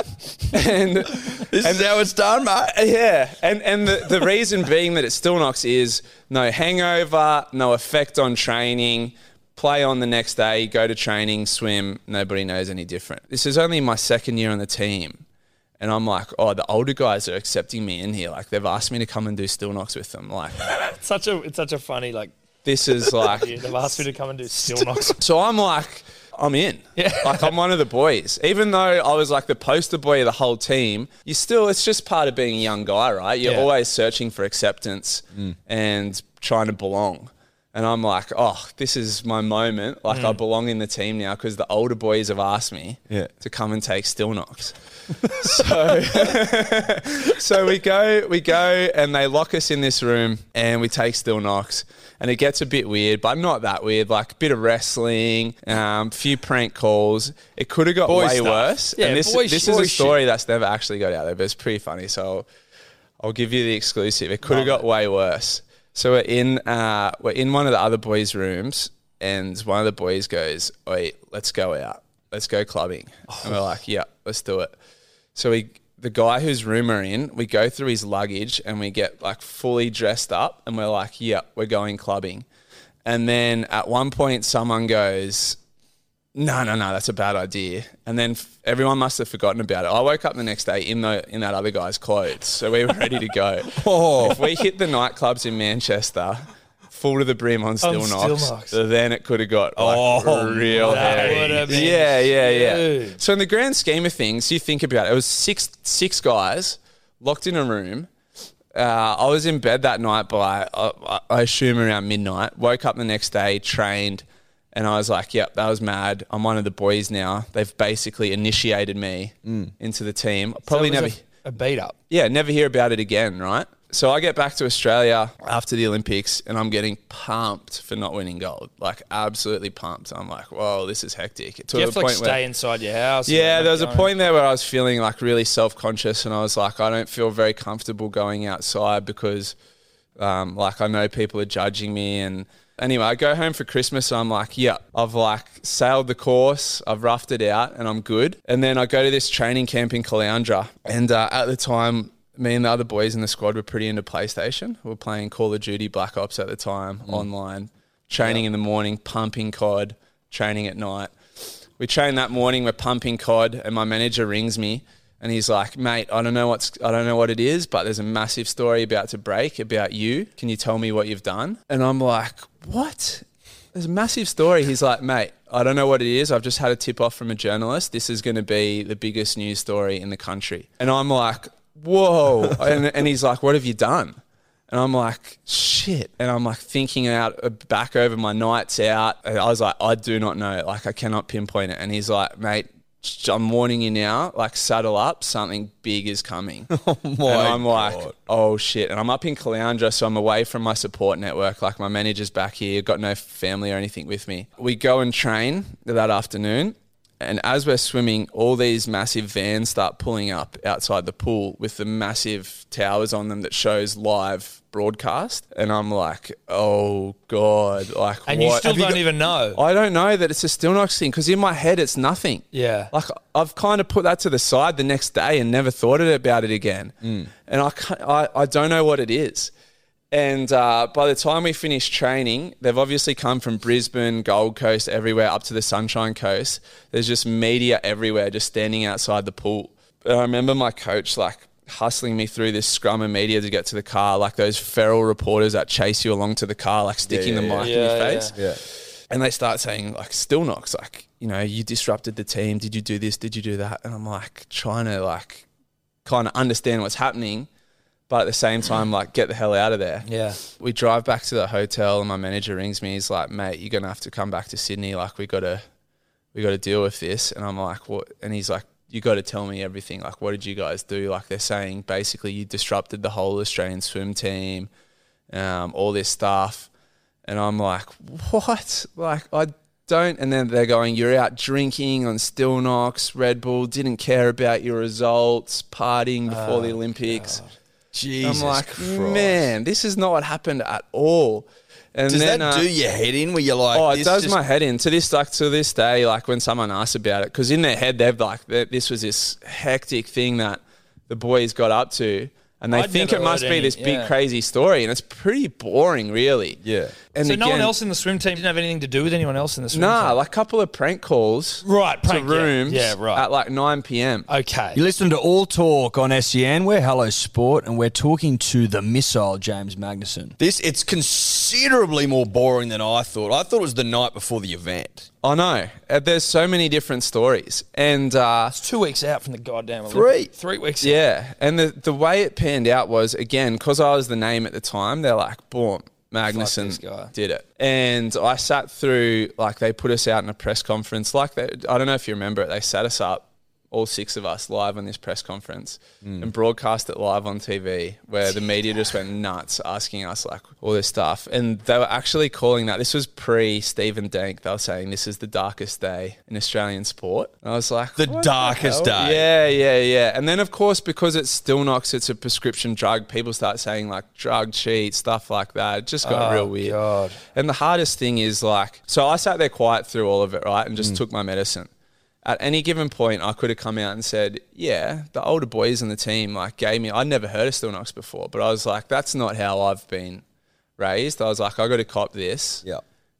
Speaker 5: and
Speaker 6: This is how it's done, mate.
Speaker 5: yeah, and and the, the reason being that it still knocks is no hangover, no effect on training. Play on the next day, go to training, swim. Nobody knows any different. This is only my second year on the team, and I'm like, oh, the older guys are accepting me in here. Like they've asked me to come and do still knocks with them. Like
Speaker 4: It's such a it's such a funny like.
Speaker 5: this is like
Speaker 4: They've asked me to come and do still knocks.
Speaker 5: So I'm like, I'm in. Like I'm one of the boys. Even though I was like the poster boy of the whole team, you still it's just part of being a young guy, right? You're
Speaker 4: Yeah.
Speaker 5: always searching for acceptance and trying to belong. And I'm like, oh, this is my moment. Like I belong in the team now because the older boys have asked me
Speaker 6: Yeah.
Speaker 5: to come and take still knocks. so so we go, we go, and they lock us in this room, and we take still knocks, and it gets a bit weird, but not that weird. Like a bit of wrestling, um, few prank calls. It could have got
Speaker 6: Boy
Speaker 5: way
Speaker 6: stuff.
Speaker 5: worse.
Speaker 6: Yeah,
Speaker 5: and this,
Speaker 6: boy
Speaker 5: this
Speaker 6: sh-
Speaker 5: is
Speaker 6: boy
Speaker 5: a story that's never actually got out there, but it's pretty funny. So I'll give you the exclusive. It could have got way worse. So we're in uh, we're in one of the other boys' rooms, and one of the boys goes, "Oi, let's go out, let's go clubbing." And we're like, "Yeah, let's do it." So we, the guy whose room we're in, we go through his luggage and we get like fully dressed up, and we're like, "Yeah, we're going clubbing." And then at one point, someone goes, no, no, no, that's a bad idea. And then f- everyone must have forgotten about it. I woke up the next day in the in that other guy's clothes, so we were ready to go. If we hit the nightclubs in Manchester, full to the brim on still knocks, Oh, then it could have got like, real hairy.
Speaker 3: would've been
Speaker 5: Yeah, yeah, yeah. So in the grand scheme of things, you think about it. It was six six guys locked in a room. Uh, I was in bed that night by, uh, I- I assume, around midnight. Woke up the next day, trained, and I was like, yep, that was mad. I'm one of the boys now. They've basically initiated me
Speaker 3: Mm.
Speaker 5: into the team. Probably never
Speaker 4: a beat up.
Speaker 5: yeah, never hear about it again, right? So I get back to Australia after the Olympics and I'm getting pumped for not winning gold. Like absolutely pumped. I'm like, whoa, this is hectic. To
Speaker 4: You
Speaker 5: the
Speaker 4: have to like
Speaker 5: point
Speaker 4: stay
Speaker 5: where,
Speaker 4: inside your house. and
Speaker 5: yeah,
Speaker 4: not
Speaker 5: there was a
Speaker 4: go.
Speaker 5: point there where I was feeling like really self conscious and I was like, I don't feel very comfortable going outside because um, like I know people are judging me and anyway, I go home for Christmas and I'm like, yeah, I've like sailed the course, I've roughed it out and I'm good. And then I go to this training camp in Caloundra and uh, at the time me and the other boys in the squad were pretty into PlayStation. We were playing Call of Duty Black Ops at the time online, training in the morning, pumping COD, training at night. We train that morning, we're pumping COD, and my manager rings me and he's like, mate, I don't know what's I don't know what it is, but there's a massive story about to break about you. Can you tell me what you've done? And I'm like, What? There's a massive story. He's like, mate, I don't know what it is. I've just had a tip off from a journalist. This is going to be the biggest news story in the country. And I'm like, whoa. and, and he's like, what have you done? And I'm like, shit. And I'm like thinking out uh, back over my nights out. And I was like, I do not know. Like, I cannot pinpoint it. And he's like, mate, I'm warning you now. Like, saddle up. Something big is coming. and I'm like, oh shit. And I'm up in Caloundra, so I'm away from my support network. Like, my manager's back here, got no family or anything with me. We go and train that afternoon. And as we're swimming, all these massive vans start pulling up outside the pool with the massive towers on them that shows live broadcast. And I'm like, oh God. Like,
Speaker 3: And
Speaker 5: what?
Speaker 3: you still
Speaker 5: Have
Speaker 3: don't
Speaker 5: got- Oh,
Speaker 3: even know.
Speaker 5: I don't know that it's a still knocks thing because in my head it's nothing.
Speaker 3: Yeah.
Speaker 5: Like I've kind of put that to the side the next day and never thought it- about it again.
Speaker 3: Mm.
Speaker 5: And I, can't, I I don't know what it is. And uh, by the time we finish training, they've obviously come from Brisbane, Gold Coast, everywhere up to the Sunshine Coast. There's just media everywhere, just standing outside the pool. And I remember my coach like hustling me through this scrum of media to get to the car, like those feral reporters that chase you along to the car, like sticking the mic in your face and they start saying like still knocks like you know you disrupted the team did you do this did you do that and i'm like trying to like kind of understand what's happening but at the same time like get the hell out of there
Speaker 3: Yeah.
Speaker 5: we drive back to the hotel and my manager rings me he's like mate you're gonna have to come back to sydney like we gotta we gotta deal with this and i'm like what and he's like you got to tell me everything. Like, what did you guys do? Like, they're saying basically you disrupted the whole Australian swim team, um, all this stuff. And I'm like, what? Like, I don't. And then they're going, you're out drinking on Still Knox, Red Bull, didn't care about your results, partying before the Olympics.
Speaker 6: Jesus
Speaker 5: I'm like,
Speaker 6: Christ.
Speaker 5: man, this is not what happened at all. And
Speaker 6: Does
Speaker 5: then,
Speaker 6: that
Speaker 5: uh,
Speaker 6: do your head in where you're like,
Speaker 5: Oh, it
Speaker 6: this
Speaker 5: does
Speaker 6: just-
Speaker 5: my head in to this like to this day. Like when someone asks about it, because in their head they've like th- this was this hectic thing that the boys got up to, and they
Speaker 3: I'd
Speaker 5: think
Speaker 3: never
Speaker 5: it must
Speaker 3: heard
Speaker 5: be
Speaker 3: any-
Speaker 5: this big
Speaker 3: yeah.
Speaker 5: crazy story, and it's pretty boring, really.
Speaker 6: Yeah.
Speaker 5: And
Speaker 3: So no one
Speaker 5: again-
Speaker 3: else in the swim team didn't have anything to do with anyone else in the swim
Speaker 5: Nah,
Speaker 3: team.
Speaker 5: like a couple of prank calls.
Speaker 3: Right, prank,
Speaker 5: to
Speaker 3: yeah.
Speaker 5: rooms.
Speaker 3: Yeah, right.
Speaker 5: At like 9 p.m.
Speaker 3: okay.
Speaker 7: You listen to All Talk on SEN. We're Hello Sport, and we're talking to the missile, James Magnuson.
Speaker 6: This it's considerably more boring than I thought. I thought it was the night before the event.
Speaker 5: I know. Uh, There's so many different stories, and uh,
Speaker 4: It's two weeks out from the goddamn
Speaker 6: Three.
Speaker 4: Olympics. Three weeks. out.
Speaker 5: Yeah, and the the way it panned out was again because I was the name at the time. They're like, boom,
Speaker 4: this
Speaker 5: Magnuson
Speaker 4: guy."
Speaker 5: did it, and I sat through like they put us out in a press conference. Like they, I don't know if you remember it, they sat us up all six of us live on this press conference
Speaker 4: Mm.
Speaker 5: and broadcast it live on TV, where the media just went nuts asking us like all this stuff. And they were actually calling that this was pre Stephen Dank. They were saying this is the darkest day in Australian sport. And I was like,
Speaker 6: The
Speaker 5: "What
Speaker 6: darkest
Speaker 5: hell?"
Speaker 6: day.
Speaker 5: Yeah, yeah, yeah. And then of course because it's still Knox, it's a prescription drug. People start saying like drug cheat stuff like that. It just got real weird. And the hardest thing is like, so I sat there quiet through all of it, right, and just took my medicine at any given point, I could have come out and said, "Yeah, the older boys in the team like gave me. I'd never heard of Steel Knox before, but I was like, that's not how I've been raised. I was like, I got to cop this.
Speaker 6: Yeah.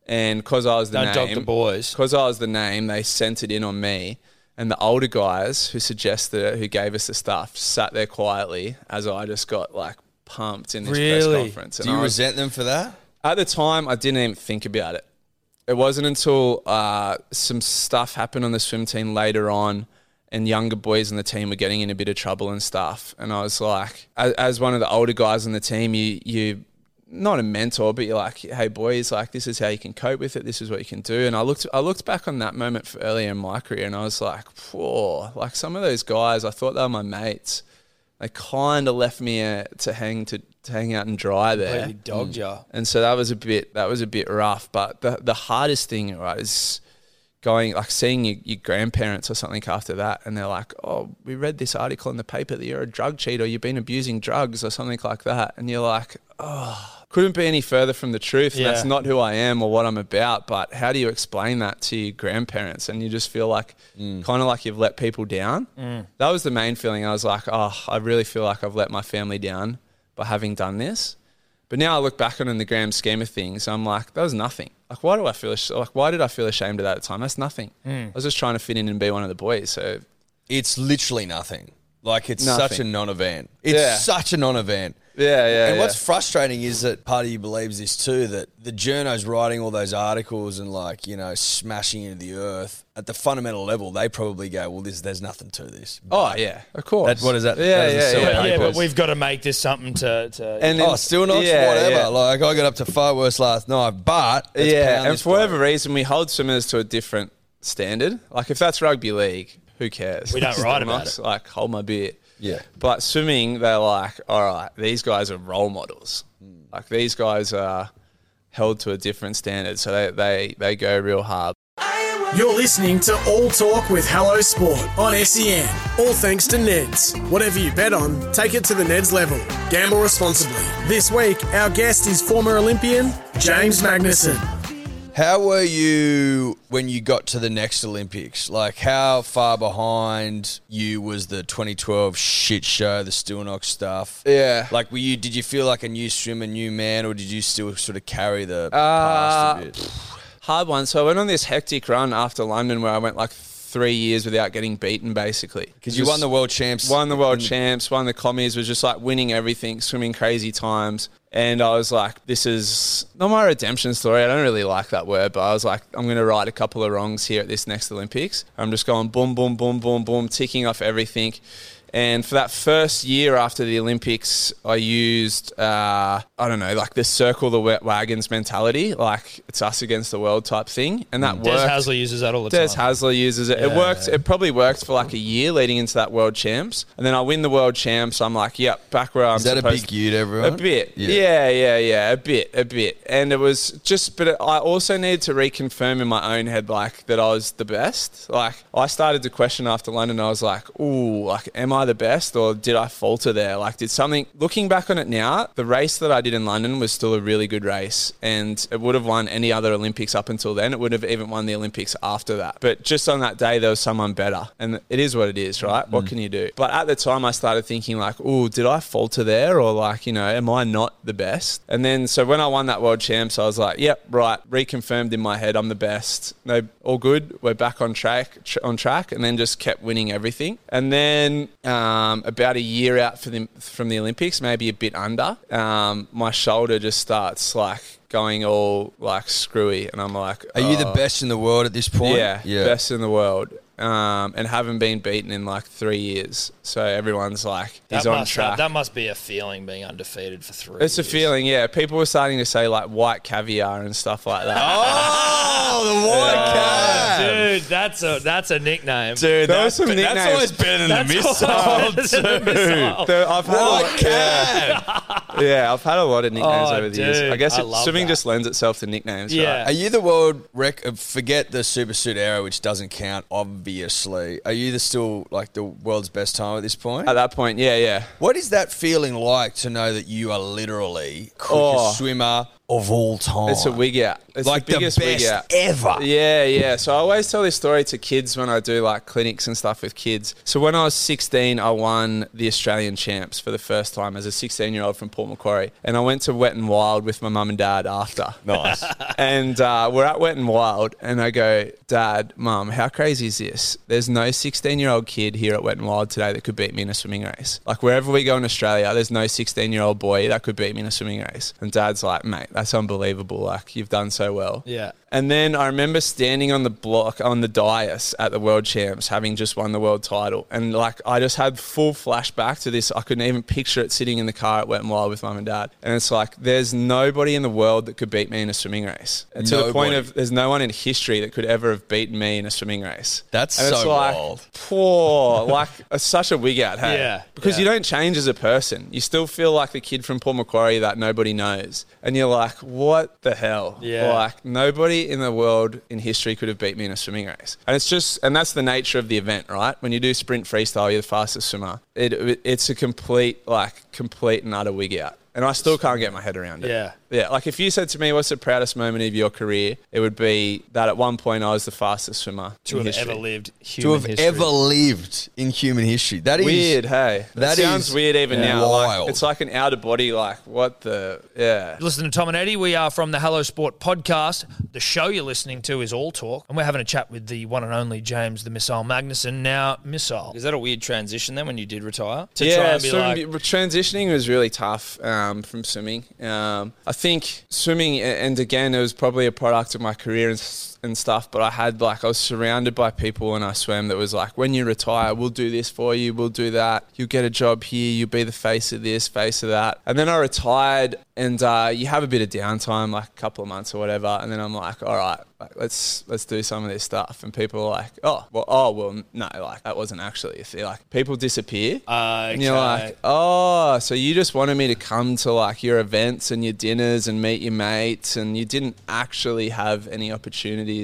Speaker 5: And because I was the
Speaker 4: Don't dog
Speaker 5: name,
Speaker 4: the boys.
Speaker 5: Because I was the name, they sent it in on me. And the older guys who suggested it, who gave us the stuff, sat there quietly as I just got like pumped in this press
Speaker 4: Really?
Speaker 5: conference. And
Speaker 6: Do you
Speaker 5: I was-
Speaker 6: resent them for that?
Speaker 5: at the time, I didn't even think about it. It wasn't until uh, some stuff happened on the swim team later on, and younger boys in the team were getting in a bit of trouble and stuff. And I was like, as, as one of the older guys on the team, you you not a mentor, but you're like, hey boys, like this is how you can cope with it. This is what you can do. And I looked I looked back on that moment for earlier in my career, and I was like, whoa, like some of those guys, I thought they were my mates. They kind of left me uh, to hang to, to hang out and dry there
Speaker 4: Completely
Speaker 5: Mm.
Speaker 4: dogged ya.
Speaker 5: and so that was a bit that was a bit rough. But the the hardest thing right is going like seeing your, your grandparents or something after that, and they're like, "Oh, we read this article in the paper that you're a drug cheat or you've been abusing drugs or something like that," and you're like, "Oh, couldn't be any further from the truth." And that's
Speaker 4: Yeah.
Speaker 5: not who I am or what I'm about. But how do you explain that to your grandparents? And you just feel like
Speaker 6: Mm.
Speaker 5: kind of like you've let people down. That was the main feeling. I was like, "Oh, I really feel like I've let my family down by having done this." But now I look back on it in the grand scheme of things, I'm like, that was nothing. Like, why do I feel ash- like why did I feel ashamed of that at the time? That's nothing.
Speaker 6: Mm.
Speaker 5: I was just trying to fit in and be one of the boys. So
Speaker 6: It's literally nothing. Like it's
Speaker 5: Nothing.
Speaker 6: such a non-event. It's
Speaker 5: Yeah.
Speaker 6: such a non-event.
Speaker 5: yeah, yeah.
Speaker 6: and what's frustrating is that part of you believes this too that the journos writing all those articles and like you know smashing into the earth at the fundamental level they probably go well this there's nothing to this
Speaker 5: oh yeah, of course.
Speaker 6: That- what is that?
Speaker 5: Yeah,
Speaker 6: That is a
Speaker 5: yeah,
Speaker 6: silly
Speaker 5: yeah.
Speaker 6: Yeah,
Speaker 4: But, yeah, but
Speaker 5: Papers.
Speaker 4: we've got to make this something to. to
Speaker 5: And then-
Speaker 6: oh still not
Speaker 5: yeah,
Speaker 6: whatever
Speaker 5: yeah.
Speaker 6: like I got up to far worse last night but let's
Speaker 5: yeah,
Speaker 6: pound
Speaker 5: and
Speaker 6: this
Speaker 5: for whatever
Speaker 6: bloke.
Speaker 5: reason, we hold swimmers to a different standard. Like if that's rugby league, who cares? We
Speaker 4: don't write about it.
Speaker 5: Like hold my beer.
Speaker 6: Yeah.
Speaker 5: But swimming, they're like, all right, these guys are role models.
Speaker 6: Hmm.
Speaker 5: Like these guys are held to a different standard, so they they, they go real hard.
Speaker 2: You're listening to All Talk with Hello Sport on SEN. All thanks to Neds. Whatever you bet on, take it to the Neds level. Gamble responsibly. This week, our guest is former Olympian James Magnuson.
Speaker 6: how were you when you got to the next Olympics like how far behind you was the 2012 shit show the Steel Knox stuff
Speaker 5: Yeah.
Speaker 6: Like, were you? Did you feel like a new swimmer, new man, or did you still sort of carry
Speaker 5: Uh,
Speaker 6: the past a bit?
Speaker 5: hard one. So I went on this hectic run after London where I went like three years without getting beaten, basically.
Speaker 6: Because you
Speaker 5: Just
Speaker 6: won the world champs.
Speaker 5: won the world champs, won the commies, was just like winning everything, swimming crazy times. And I was like, this is not my redemption story. I don't really like that word, but I was like, I'm going to right a couple of wrongs here at this next Olympics. I'm just going boom, boom, boom, boom, boom, ticking off everything. And for that first year after the Olympics, I used, uh, I don't know, like the circle the wa- wagons mentality, like it's us against the world type thing. And that
Speaker 3: Des
Speaker 5: worked.
Speaker 3: Hasler uses that all the
Speaker 5: Des
Speaker 3: time.
Speaker 5: Hasler uses it. it worked. It probably worked for like a year leading into that World Champs, and then I win the World Champs. I'm like, yep, back where I'm.
Speaker 6: Is that a
Speaker 5: supposed-
Speaker 6: big you to everyone?
Speaker 5: A bit. Yeah. yeah, yeah, a bit, a bit. And it was just, but I also needed to reconfirm in my own head like that I was the best. Like I started to question after London. I was like, ooh, like am I the best or did I falter there? Like did something? Looking back on it now, the race that I did in London was still a really good race, and it would have won any other Olympics up until then. It would have even won the Olympics after that. But just on that day, there was someone better, and it is what it is,
Speaker 6: Mm.
Speaker 5: right? What can you do? But at the time, I started thinking like, "Oh, did I falter there, or like, you know, am I not the best?" And then, so when I won that world champs, I was like, "Yep, right." Reconfirmed in my head, I'm the best. No, all good. We're back on track, tr- on track, and then just kept winning everything. And then, um, about a year out for the, from the Olympics, maybe a bit under, um, my shoulder just starts like going all like screwy, and I'm like,
Speaker 6: Are you the
Speaker 5: "Oh."
Speaker 6: best in the world at this point?
Speaker 5: Yeah,
Speaker 6: yeah.
Speaker 5: best in the world. um, and haven't been beaten in like three years. So everyone's like, he's
Speaker 4: that
Speaker 5: on
Speaker 4: must, uh,
Speaker 5: track.
Speaker 4: That must be a feeling being undefeated for three.
Speaker 5: it's a
Speaker 4: years.
Speaker 5: feeling, yeah. People were starting to say like white caviar and stuff like that.
Speaker 6: Oh, the white cat.
Speaker 4: dude. That's a that's a nickname.
Speaker 5: Dude, there were some nicknames.
Speaker 8: That's always better than a
Speaker 4: That's
Speaker 8: missile.
Speaker 4: always better than a missile.
Speaker 5: There- I've had a lot, yeah. yeah, I've had a lot of nicknames
Speaker 4: Oh,
Speaker 5: over the years.
Speaker 4: dude,
Speaker 5: I guess
Speaker 4: I
Speaker 5: it,
Speaker 4: love
Speaker 5: swimming
Speaker 4: that.
Speaker 5: just lends itself to nicknames.
Speaker 4: Yeah.
Speaker 5: right?
Speaker 6: Are you the world rec? uh, Forget the super suit era, which doesn't count, obviously. Are you the still like the world's best time at this point?
Speaker 5: At Uh, that point, yeah, yeah.
Speaker 6: What is that feeling like to know that you are literally quickest
Speaker 5: Oh.
Speaker 6: swimmer of all time?
Speaker 5: It's a wig out. It's
Speaker 6: Oh. like
Speaker 5: the
Speaker 6: the,
Speaker 5: biggest wig
Speaker 6: best
Speaker 5: out.
Speaker 6: ever.
Speaker 5: Yeah, yeah. So I always tell this story to kids when I do like clinics and stuff with kids. So when I was 16, I won the Australian champs for the first time as a 16 year old from Port Macquarie, and I went to Wet and Wild with my mum and dad after. Nice. and uh, we're at Wet and Wild, and I go, Dad, Mum, how crazy is this? There's no 16 year old kid here at Wet and Wild today that could beat me in a swimming race. Like wherever we go in Australia, there's no 16 year old boy that could beat me in a swimming race. And Dad's like, Mate, that's unbelievable. Like you've done so well.
Speaker 4: Yeah.
Speaker 5: And then I remember standing on the block on the dais at the World Champs, having just won the world title, and like I just had full flashback to this. I couldn't even picture it sitting in the car at Wet n Wild with mum and dad, and it's like there's nobody in the world that could beat me in a swimming race. And to the point
Speaker 6: Nobody.
Speaker 5: of there's no one in history that could ever have beaten me in a swimming race.
Speaker 6: That's
Speaker 5: and it's
Speaker 6: so
Speaker 5: like,
Speaker 6: wild.
Speaker 5: Poor, like it's such a wig out, hey?
Speaker 4: Yeah,
Speaker 5: Because
Speaker 4: yeah.
Speaker 5: you don't change as a person. You still feel like the kid from Port Macquarie that nobody knows, and you're like, what the hell?
Speaker 4: Yeah.
Speaker 5: Like nobody in the world in history could have beat me in a swimming race. And it's just, and that's the nature of the event, right? When you do sprint freestyle, you're the fastest swimmer. It, it- it's a complete, like, complete and utter wig out. And I still can't get my head around it.
Speaker 4: Yeah.
Speaker 5: Yeah. Like if you said to me, what's the proudest moment of your career? It would be that at one point I was the fastest swimmer
Speaker 4: to
Speaker 5: in
Speaker 4: have
Speaker 5: history.
Speaker 4: ever lived human
Speaker 6: To have
Speaker 4: history.
Speaker 6: ever lived in human history. That is
Speaker 5: Weird, hey. That,
Speaker 6: that
Speaker 5: sounds
Speaker 6: is
Speaker 5: weird even now.
Speaker 6: wild.
Speaker 5: Like, it's like an out of body, like what the yeah.
Speaker 3: Listen to Tom and Eddie. We are from the Hello Sport podcast. The show you're listening to is All Talk, and we're having a chat with the one and only James the Missile Magnuson. Now, Missile,
Speaker 4: Is that a weird transition then when you did retire? To
Speaker 5: yeah,
Speaker 4: try and be
Speaker 5: swim-
Speaker 4: like,
Speaker 5: transitioning was really tough um, from swimming. Um, I think swimming, a- and again, it was probably a product of my career and, s- and stuff. But I had like I was surrounded by people when I swam that was like, when you retire, we'll do this for you, we'll do that. You'll get a job here, you'll be the face of this, face of that. And then I retired, and uh, you have a bit of downtime, like a couple of months or whatever. And then I'm like, all right, like, let's let's do some of this stuff. And people are like, oh, well, oh, well, no, like that wasn't actually a thing. Like people disappear.
Speaker 4: Uh,
Speaker 5: And you're like, oh, so you just wanted me to come to like your events and your dinners and meet your mates, and you didn't actually have any opportunities.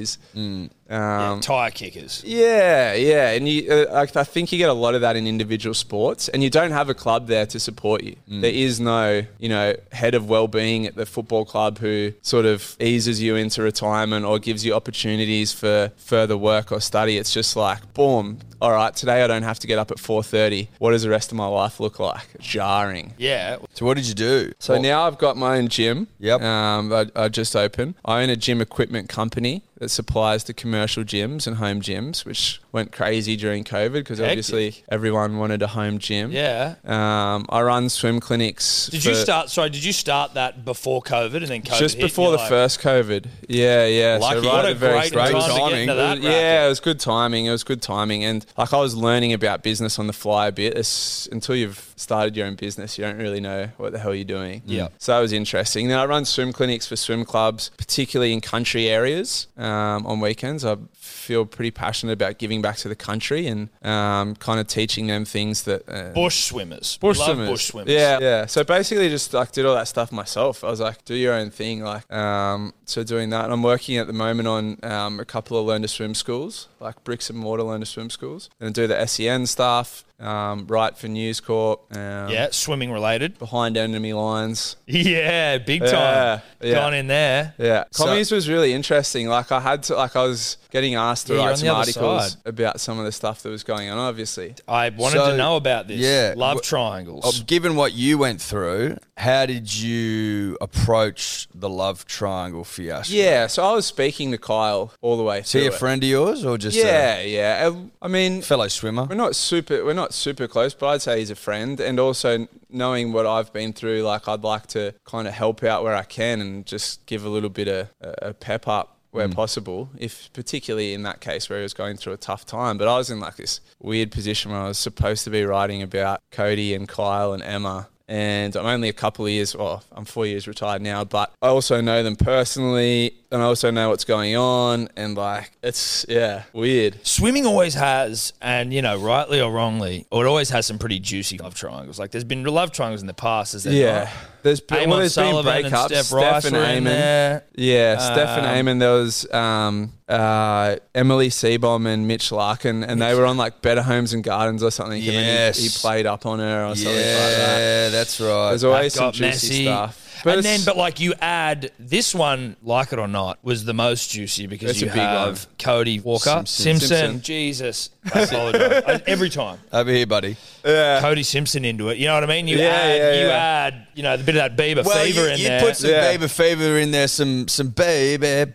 Speaker 5: Um,
Speaker 4: tire kickers.
Speaker 5: yeah, yeah, and you, uh, I I think you get a lot of that in individual sports, and you don't have a club there to support you. There is no, you know, head of well-being at the football club who sort of eases you into retirement or gives you opportunities for further work or study. It's just like, boom, all right, today I don't have to get up at four thirty. What does the rest of my life look like? Jarring.
Speaker 4: Yeah.
Speaker 6: So what did you do?
Speaker 5: So now I've got my own gym.
Speaker 6: Yep.
Speaker 5: Um, I, I just opened. I own a gym equipment company that supplies to commercial gyms and home gyms, which went crazy during COVID because obviously everyone wanted a home gym.
Speaker 4: Yeah.
Speaker 5: Um, I run swim clinics.
Speaker 4: Did
Speaker 5: for-
Speaker 4: you start? Sorry, did you start that before COVID and then COVID?
Speaker 5: Just
Speaker 4: hit and
Speaker 5: before
Speaker 4: you're
Speaker 5: the
Speaker 4: like,
Speaker 5: first COVID. Yeah, yeah.
Speaker 4: Lucky.
Speaker 5: So right
Speaker 4: What
Speaker 5: at
Speaker 4: a
Speaker 5: the very
Speaker 4: great time
Speaker 5: start-
Speaker 4: to get into that
Speaker 5: It was- yeah, it was good timing. It was good timing, and like I was learning about business on the fly a bit. It's, until you've started your own business, you don't really know what the hell you're doing. Yeah. So that was interesting. Then I run swim clinics for swim clubs, particularly in country areas um, on weekends. I feel pretty passionate about giving back to the country and um, kind of teaching them things that uh,
Speaker 4: bush swimmers.
Speaker 5: Bush
Speaker 4: Love
Speaker 5: swimmers.
Speaker 4: Bush swimmers.
Speaker 5: Yeah, yeah. So basically, just like did all that stuff myself. I was like, do your own thing. Like, um, so doing that, and I'm working at the moment on um, a couple of learn to swim schools, like bricks and mortar learn to swim schools, and I do the SEN stuff, um, write for News Corp, um,
Speaker 4: Yeah, swimming related.
Speaker 5: behind enemy lines.
Speaker 4: Yeah, big time.
Speaker 5: Yeah, yeah.
Speaker 4: Gone in there.
Speaker 5: Yeah, commies was really interesting. Like I had to, like I was getting asked to
Speaker 4: Yeah, you're
Speaker 5: write
Speaker 4: on
Speaker 5: some
Speaker 4: the other
Speaker 5: articles
Speaker 4: side.
Speaker 5: about some of the stuff that was going on. Obviously,
Speaker 4: I wanted
Speaker 6: So,
Speaker 4: to know about this.
Speaker 6: yeah.
Speaker 4: Love
Speaker 6: Wh-
Speaker 4: triangles.
Speaker 5: um,
Speaker 6: Oh, Given what you went through, how did you approach the love triangle fiasco?
Speaker 5: yeah. So I was speaking to Kyle all the way.
Speaker 6: So
Speaker 5: through
Speaker 6: you a
Speaker 5: it.
Speaker 6: friend of yours or just
Speaker 5: Yeah, yeah. I I mean,
Speaker 6: a fellow swimmer?
Speaker 5: We're not super. We're not super close, but I'd say he's a friend. And also knowing what I've been through, like I'd like to kind of help out where I can and just give uh, a little bit of a, a pep up. where possible, if particularly in that case where he was going through a tough time. But I was in like this weird position where I was supposed to be writing about Cody and Kyle and Emma. And I'm only a couple of years, well, I'm four years retired now, but I also know them personally and I also know what's going on. And like, it's, yeah, weird.
Speaker 3: Swimming always has, and you know, rightly or wrongly, or it always has some pretty juicy love triangles. Like there's been love triangles in the past, is there?
Speaker 5: Yeah.
Speaker 3: not?
Speaker 5: There's been, well,
Speaker 3: Amon
Speaker 5: there's been
Speaker 3: Sullivan and
Speaker 5: breakups.
Speaker 3: Steph
Speaker 5: Steph
Speaker 3: Rice
Speaker 5: and
Speaker 3: were in
Speaker 5: Eamon.
Speaker 3: there. Um,
Speaker 5: Yeah, Steph and Eamon. There was um, uh, Emily Seabom and Mitch Larkin, and they were on like Better Homes and Gardens or something. and then
Speaker 6: Yes.
Speaker 5: he, he played up on her or something like that.
Speaker 6: Yeah, that's right.
Speaker 5: There's always
Speaker 3: That
Speaker 5: some
Speaker 3: got
Speaker 5: juicy
Speaker 3: messy.
Speaker 5: stuff.
Speaker 3: and
Speaker 5: it's-
Speaker 3: then, but like you add this one, like it or not, was the most juicy because
Speaker 5: That's a
Speaker 3: you
Speaker 5: big
Speaker 3: have
Speaker 5: one.
Speaker 3: Cody Walker Simpson.
Speaker 5: Simpson.
Speaker 3: Jesus, I apologize I- every time.
Speaker 6: Over here, buddy.
Speaker 3: Cody Simpson into it. You know what I mean? You
Speaker 5: Yeah,
Speaker 3: add,
Speaker 5: yeah,
Speaker 3: you
Speaker 5: yeah.
Speaker 3: add, you know, the bit of that Bieber
Speaker 6: Well,
Speaker 3: fever
Speaker 6: you,
Speaker 3: in
Speaker 6: you
Speaker 3: there.
Speaker 6: put some
Speaker 5: Yeah.
Speaker 6: baby fever in there, some some baby, baby,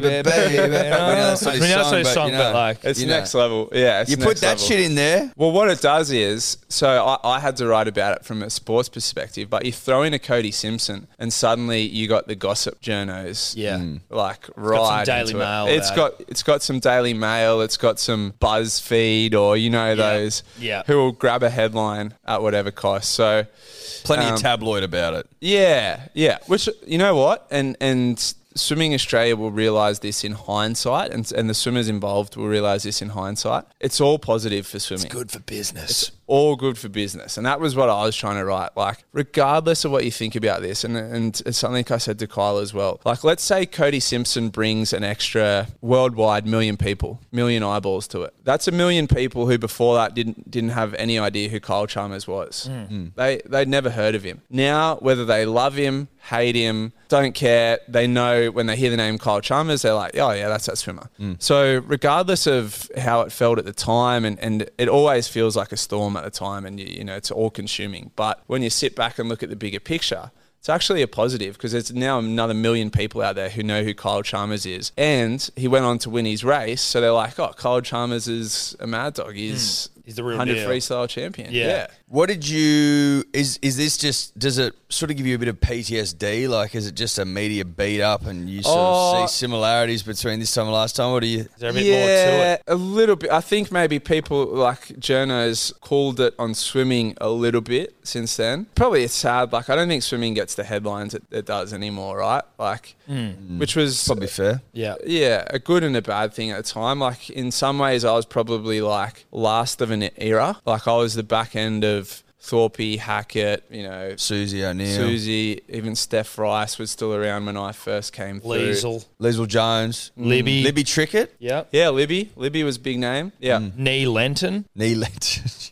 Speaker 6: baby. baby. I mean, that's not
Speaker 3: I mean, that's not his
Speaker 6: but,
Speaker 3: song,
Speaker 6: you
Speaker 3: but,
Speaker 6: know,
Speaker 3: like-
Speaker 5: It's
Speaker 6: you know.
Speaker 5: next level. Yeah. It's
Speaker 6: You put
Speaker 5: next
Speaker 6: that
Speaker 5: level.
Speaker 6: shit in there.
Speaker 5: Well, what it does is, so I, I had to write about it from a sports perspective, but you throw in a Cody Simpson, and suddenly you got the gossip journos,
Speaker 3: Yeah. Mm.
Speaker 5: like
Speaker 3: got some
Speaker 5: right.
Speaker 3: Daily
Speaker 5: into
Speaker 3: Mail
Speaker 5: It. has
Speaker 3: about
Speaker 5: got it's got some Daily Mail. It's got some BuzzFeed, or you know those
Speaker 3: Yeah.
Speaker 5: who will grab a headline at whatever cost. So
Speaker 6: Plenty
Speaker 5: Um,
Speaker 6: of tabloid about it.
Speaker 5: yeah, yeah. Which you know what, and and Swimming Australia will realise this in hindsight, and and the swimmers involved will realise this in hindsight. It's all positive for swimming
Speaker 3: good for business.
Speaker 5: all good for business. And that was what I was trying to write. Like, regardless of what you think about this, and, and it's something I said to Kyle as well. Like, let's say Cody Simpson brings an extra worldwide million people, million eyeballs to it. That's a million people who before that didn't didn't have any idea who Kyle Chalmers was. They they'd never heard of him. Now, whether they love him, hate him, don't care, they know when they hear the name Kyle Chalmers, they're like, oh yeah, that's that swimmer.
Speaker 3: Mm.
Speaker 5: So regardless of how it felt at the time, and, and it always feels like a storm at the time, and you, you know it's all consuming. But when you sit back and look at the bigger picture, it's actually a positive because there's now another million people out there who know who Kyle Chalmers is, and he went on to win his race. So they're like, oh, Kyle Chalmers is a mad dog.
Speaker 3: Mm.
Speaker 5: He's
Speaker 3: He's the real
Speaker 5: 100
Speaker 3: deal.
Speaker 5: freestyle champion.
Speaker 3: Yeah.
Speaker 5: yeah.
Speaker 6: What did you is is this just does it sort of give you a bit of PTSD? Like is it just a media beat up and you sort
Speaker 5: Oh.
Speaker 6: of see similarities between this time and last time? Or do you
Speaker 3: Is there a bit more to
Speaker 5: yeah,
Speaker 3: it?
Speaker 5: Uh, a little bit. I think maybe people like journos called it on swimming a little bit since then. Probably it's sad. Like I don't think swimming gets the headlines it, it does anymore, right? Like,
Speaker 3: Hmm.
Speaker 5: which was
Speaker 6: probably fair?
Speaker 3: Yeah.
Speaker 5: yeah, a good and a bad thing at the time. Like in some ways, I was probably like last of an era. Like I was the back end of Thorpe, Hackett, you know,
Speaker 6: Susie O'Neill.
Speaker 5: Susie, even Steph Rice was still around when I first came through.
Speaker 3: Liesel.
Speaker 6: Liesl Jones.
Speaker 3: Mm. Libby.
Speaker 6: Libby Trickett.
Speaker 3: Yeah.
Speaker 5: Yeah, Libby. Libby was a big name. Yeah.
Speaker 3: Nee Lenton.
Speaker 6: Knee length.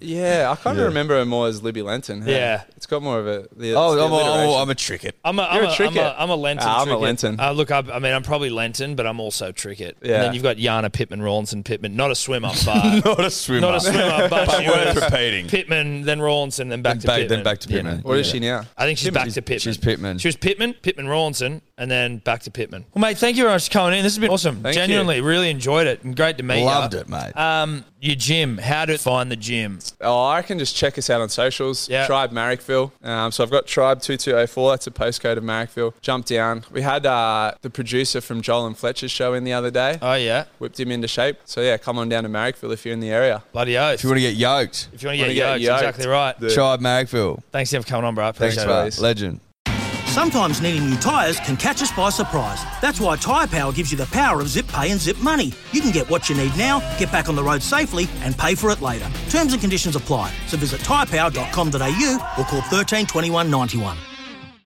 Speaker 5: Yeah, I kind of remember her more as Libby Lenton. hey?
Speaker 3: Yeah.
Speaker 5: it's got more of a. The,
Speaker 6: Oh,
Speaker 5: the
Speaker 6: I'm a, I'm, a,
Speaker 5: alliteration.
Speaker 6: I'm a Trickett.
Speaker 3: I'm a, I'm
Speaker 5: You're
Speaker 3: a,
Speaker 5: a
Speaker 3: I'm a,
Speaker 5: Trickett.
Speaker 3: I'm a Lenton.
Speaker 5: Ah, I'm a
Speaker 3: Trickett.
Speaker 5: Lenton.
Speaker 3: Uh, look, I, I mean, I'm probably Lenton, but I'm also Trickett.
Speaker 5: Yeah.
Speaker 3: And then you've got Yana Pittman Rawlinson Pittman. Not a swimmer, but.
Speaker 6: Not a swimmer.
Speaker 3: Not a swimmer, but,
Speaker 6: But
Speaker 3: she
Speaker 6: worth
Speaker 3: was
Speaker 6: repeating.
Speaker 3: Pittman, then Rawlinson, then back
Speaker 6: Then
Speaker 3: to
Speaker 6: back- then
Speaker 3: Pittman.
Speaker 6: back to
Speaker 3: You
Speaker 6: Pittman.
Speaker 3: know.
Speaker 5: What is
Speaker 6: Yeah.
Speaker 5: she now?
Speaker 3: I think she's back to Pittman.
Speaker 6: she's Pittman.
Speaker 3: She was Pittman, Pittman Rawlinson, and then back to Pittman. Well, mate, thank you very much for coming in. This has been awesome.
Speaker 5: Thank
Speaker 3: Genuinely, really enjoyed it and great to meet you.
Speaker 6: Loved it, mate.
Speaker 3: Um, your gym. How to find the gym?
Speaker 5: Oh, I can just check us out on socials.
Speaker 3: Yeah.
Speaker 5: Tribe Marrickville. Um, so I've got Tribe two two zero four. That's a postcode of Marrickville. Jump down. We had uh, the producer from Joel and Fletcher's show in the other day.
Speaker 3: Oh yeah,
Speaker 5: Whipped him into shape. So yeah, come on down to Marrickville if you're in the area.
Speaker 3: bloody oath.
Speaker 6: if you want to get yoked,
Speaker 3: If you want to get,
Speaker 5: Wanna
Speaker 3: yoked,
Speaker 5: get yoked.
Speaker 3: exactly right.
Speaker 5: The-
Speaker 6: Tribe Marrickville.
Speaker 3: Thanks again for coming on, bro. I Appreciate it.
Speaker 6: Thanks, mate.
Speaker 5: guys.
Speaker 6: Legend.
Speaker 1: Sometimes needing new tyres can catch us by surprise. That's why Tyre Power gives you the power of zip pay and zip money. You can get what you need now, get back on the road safely, and pay for it later. Terms and conditions apply. So visit tyrepower.com.au or call 132191.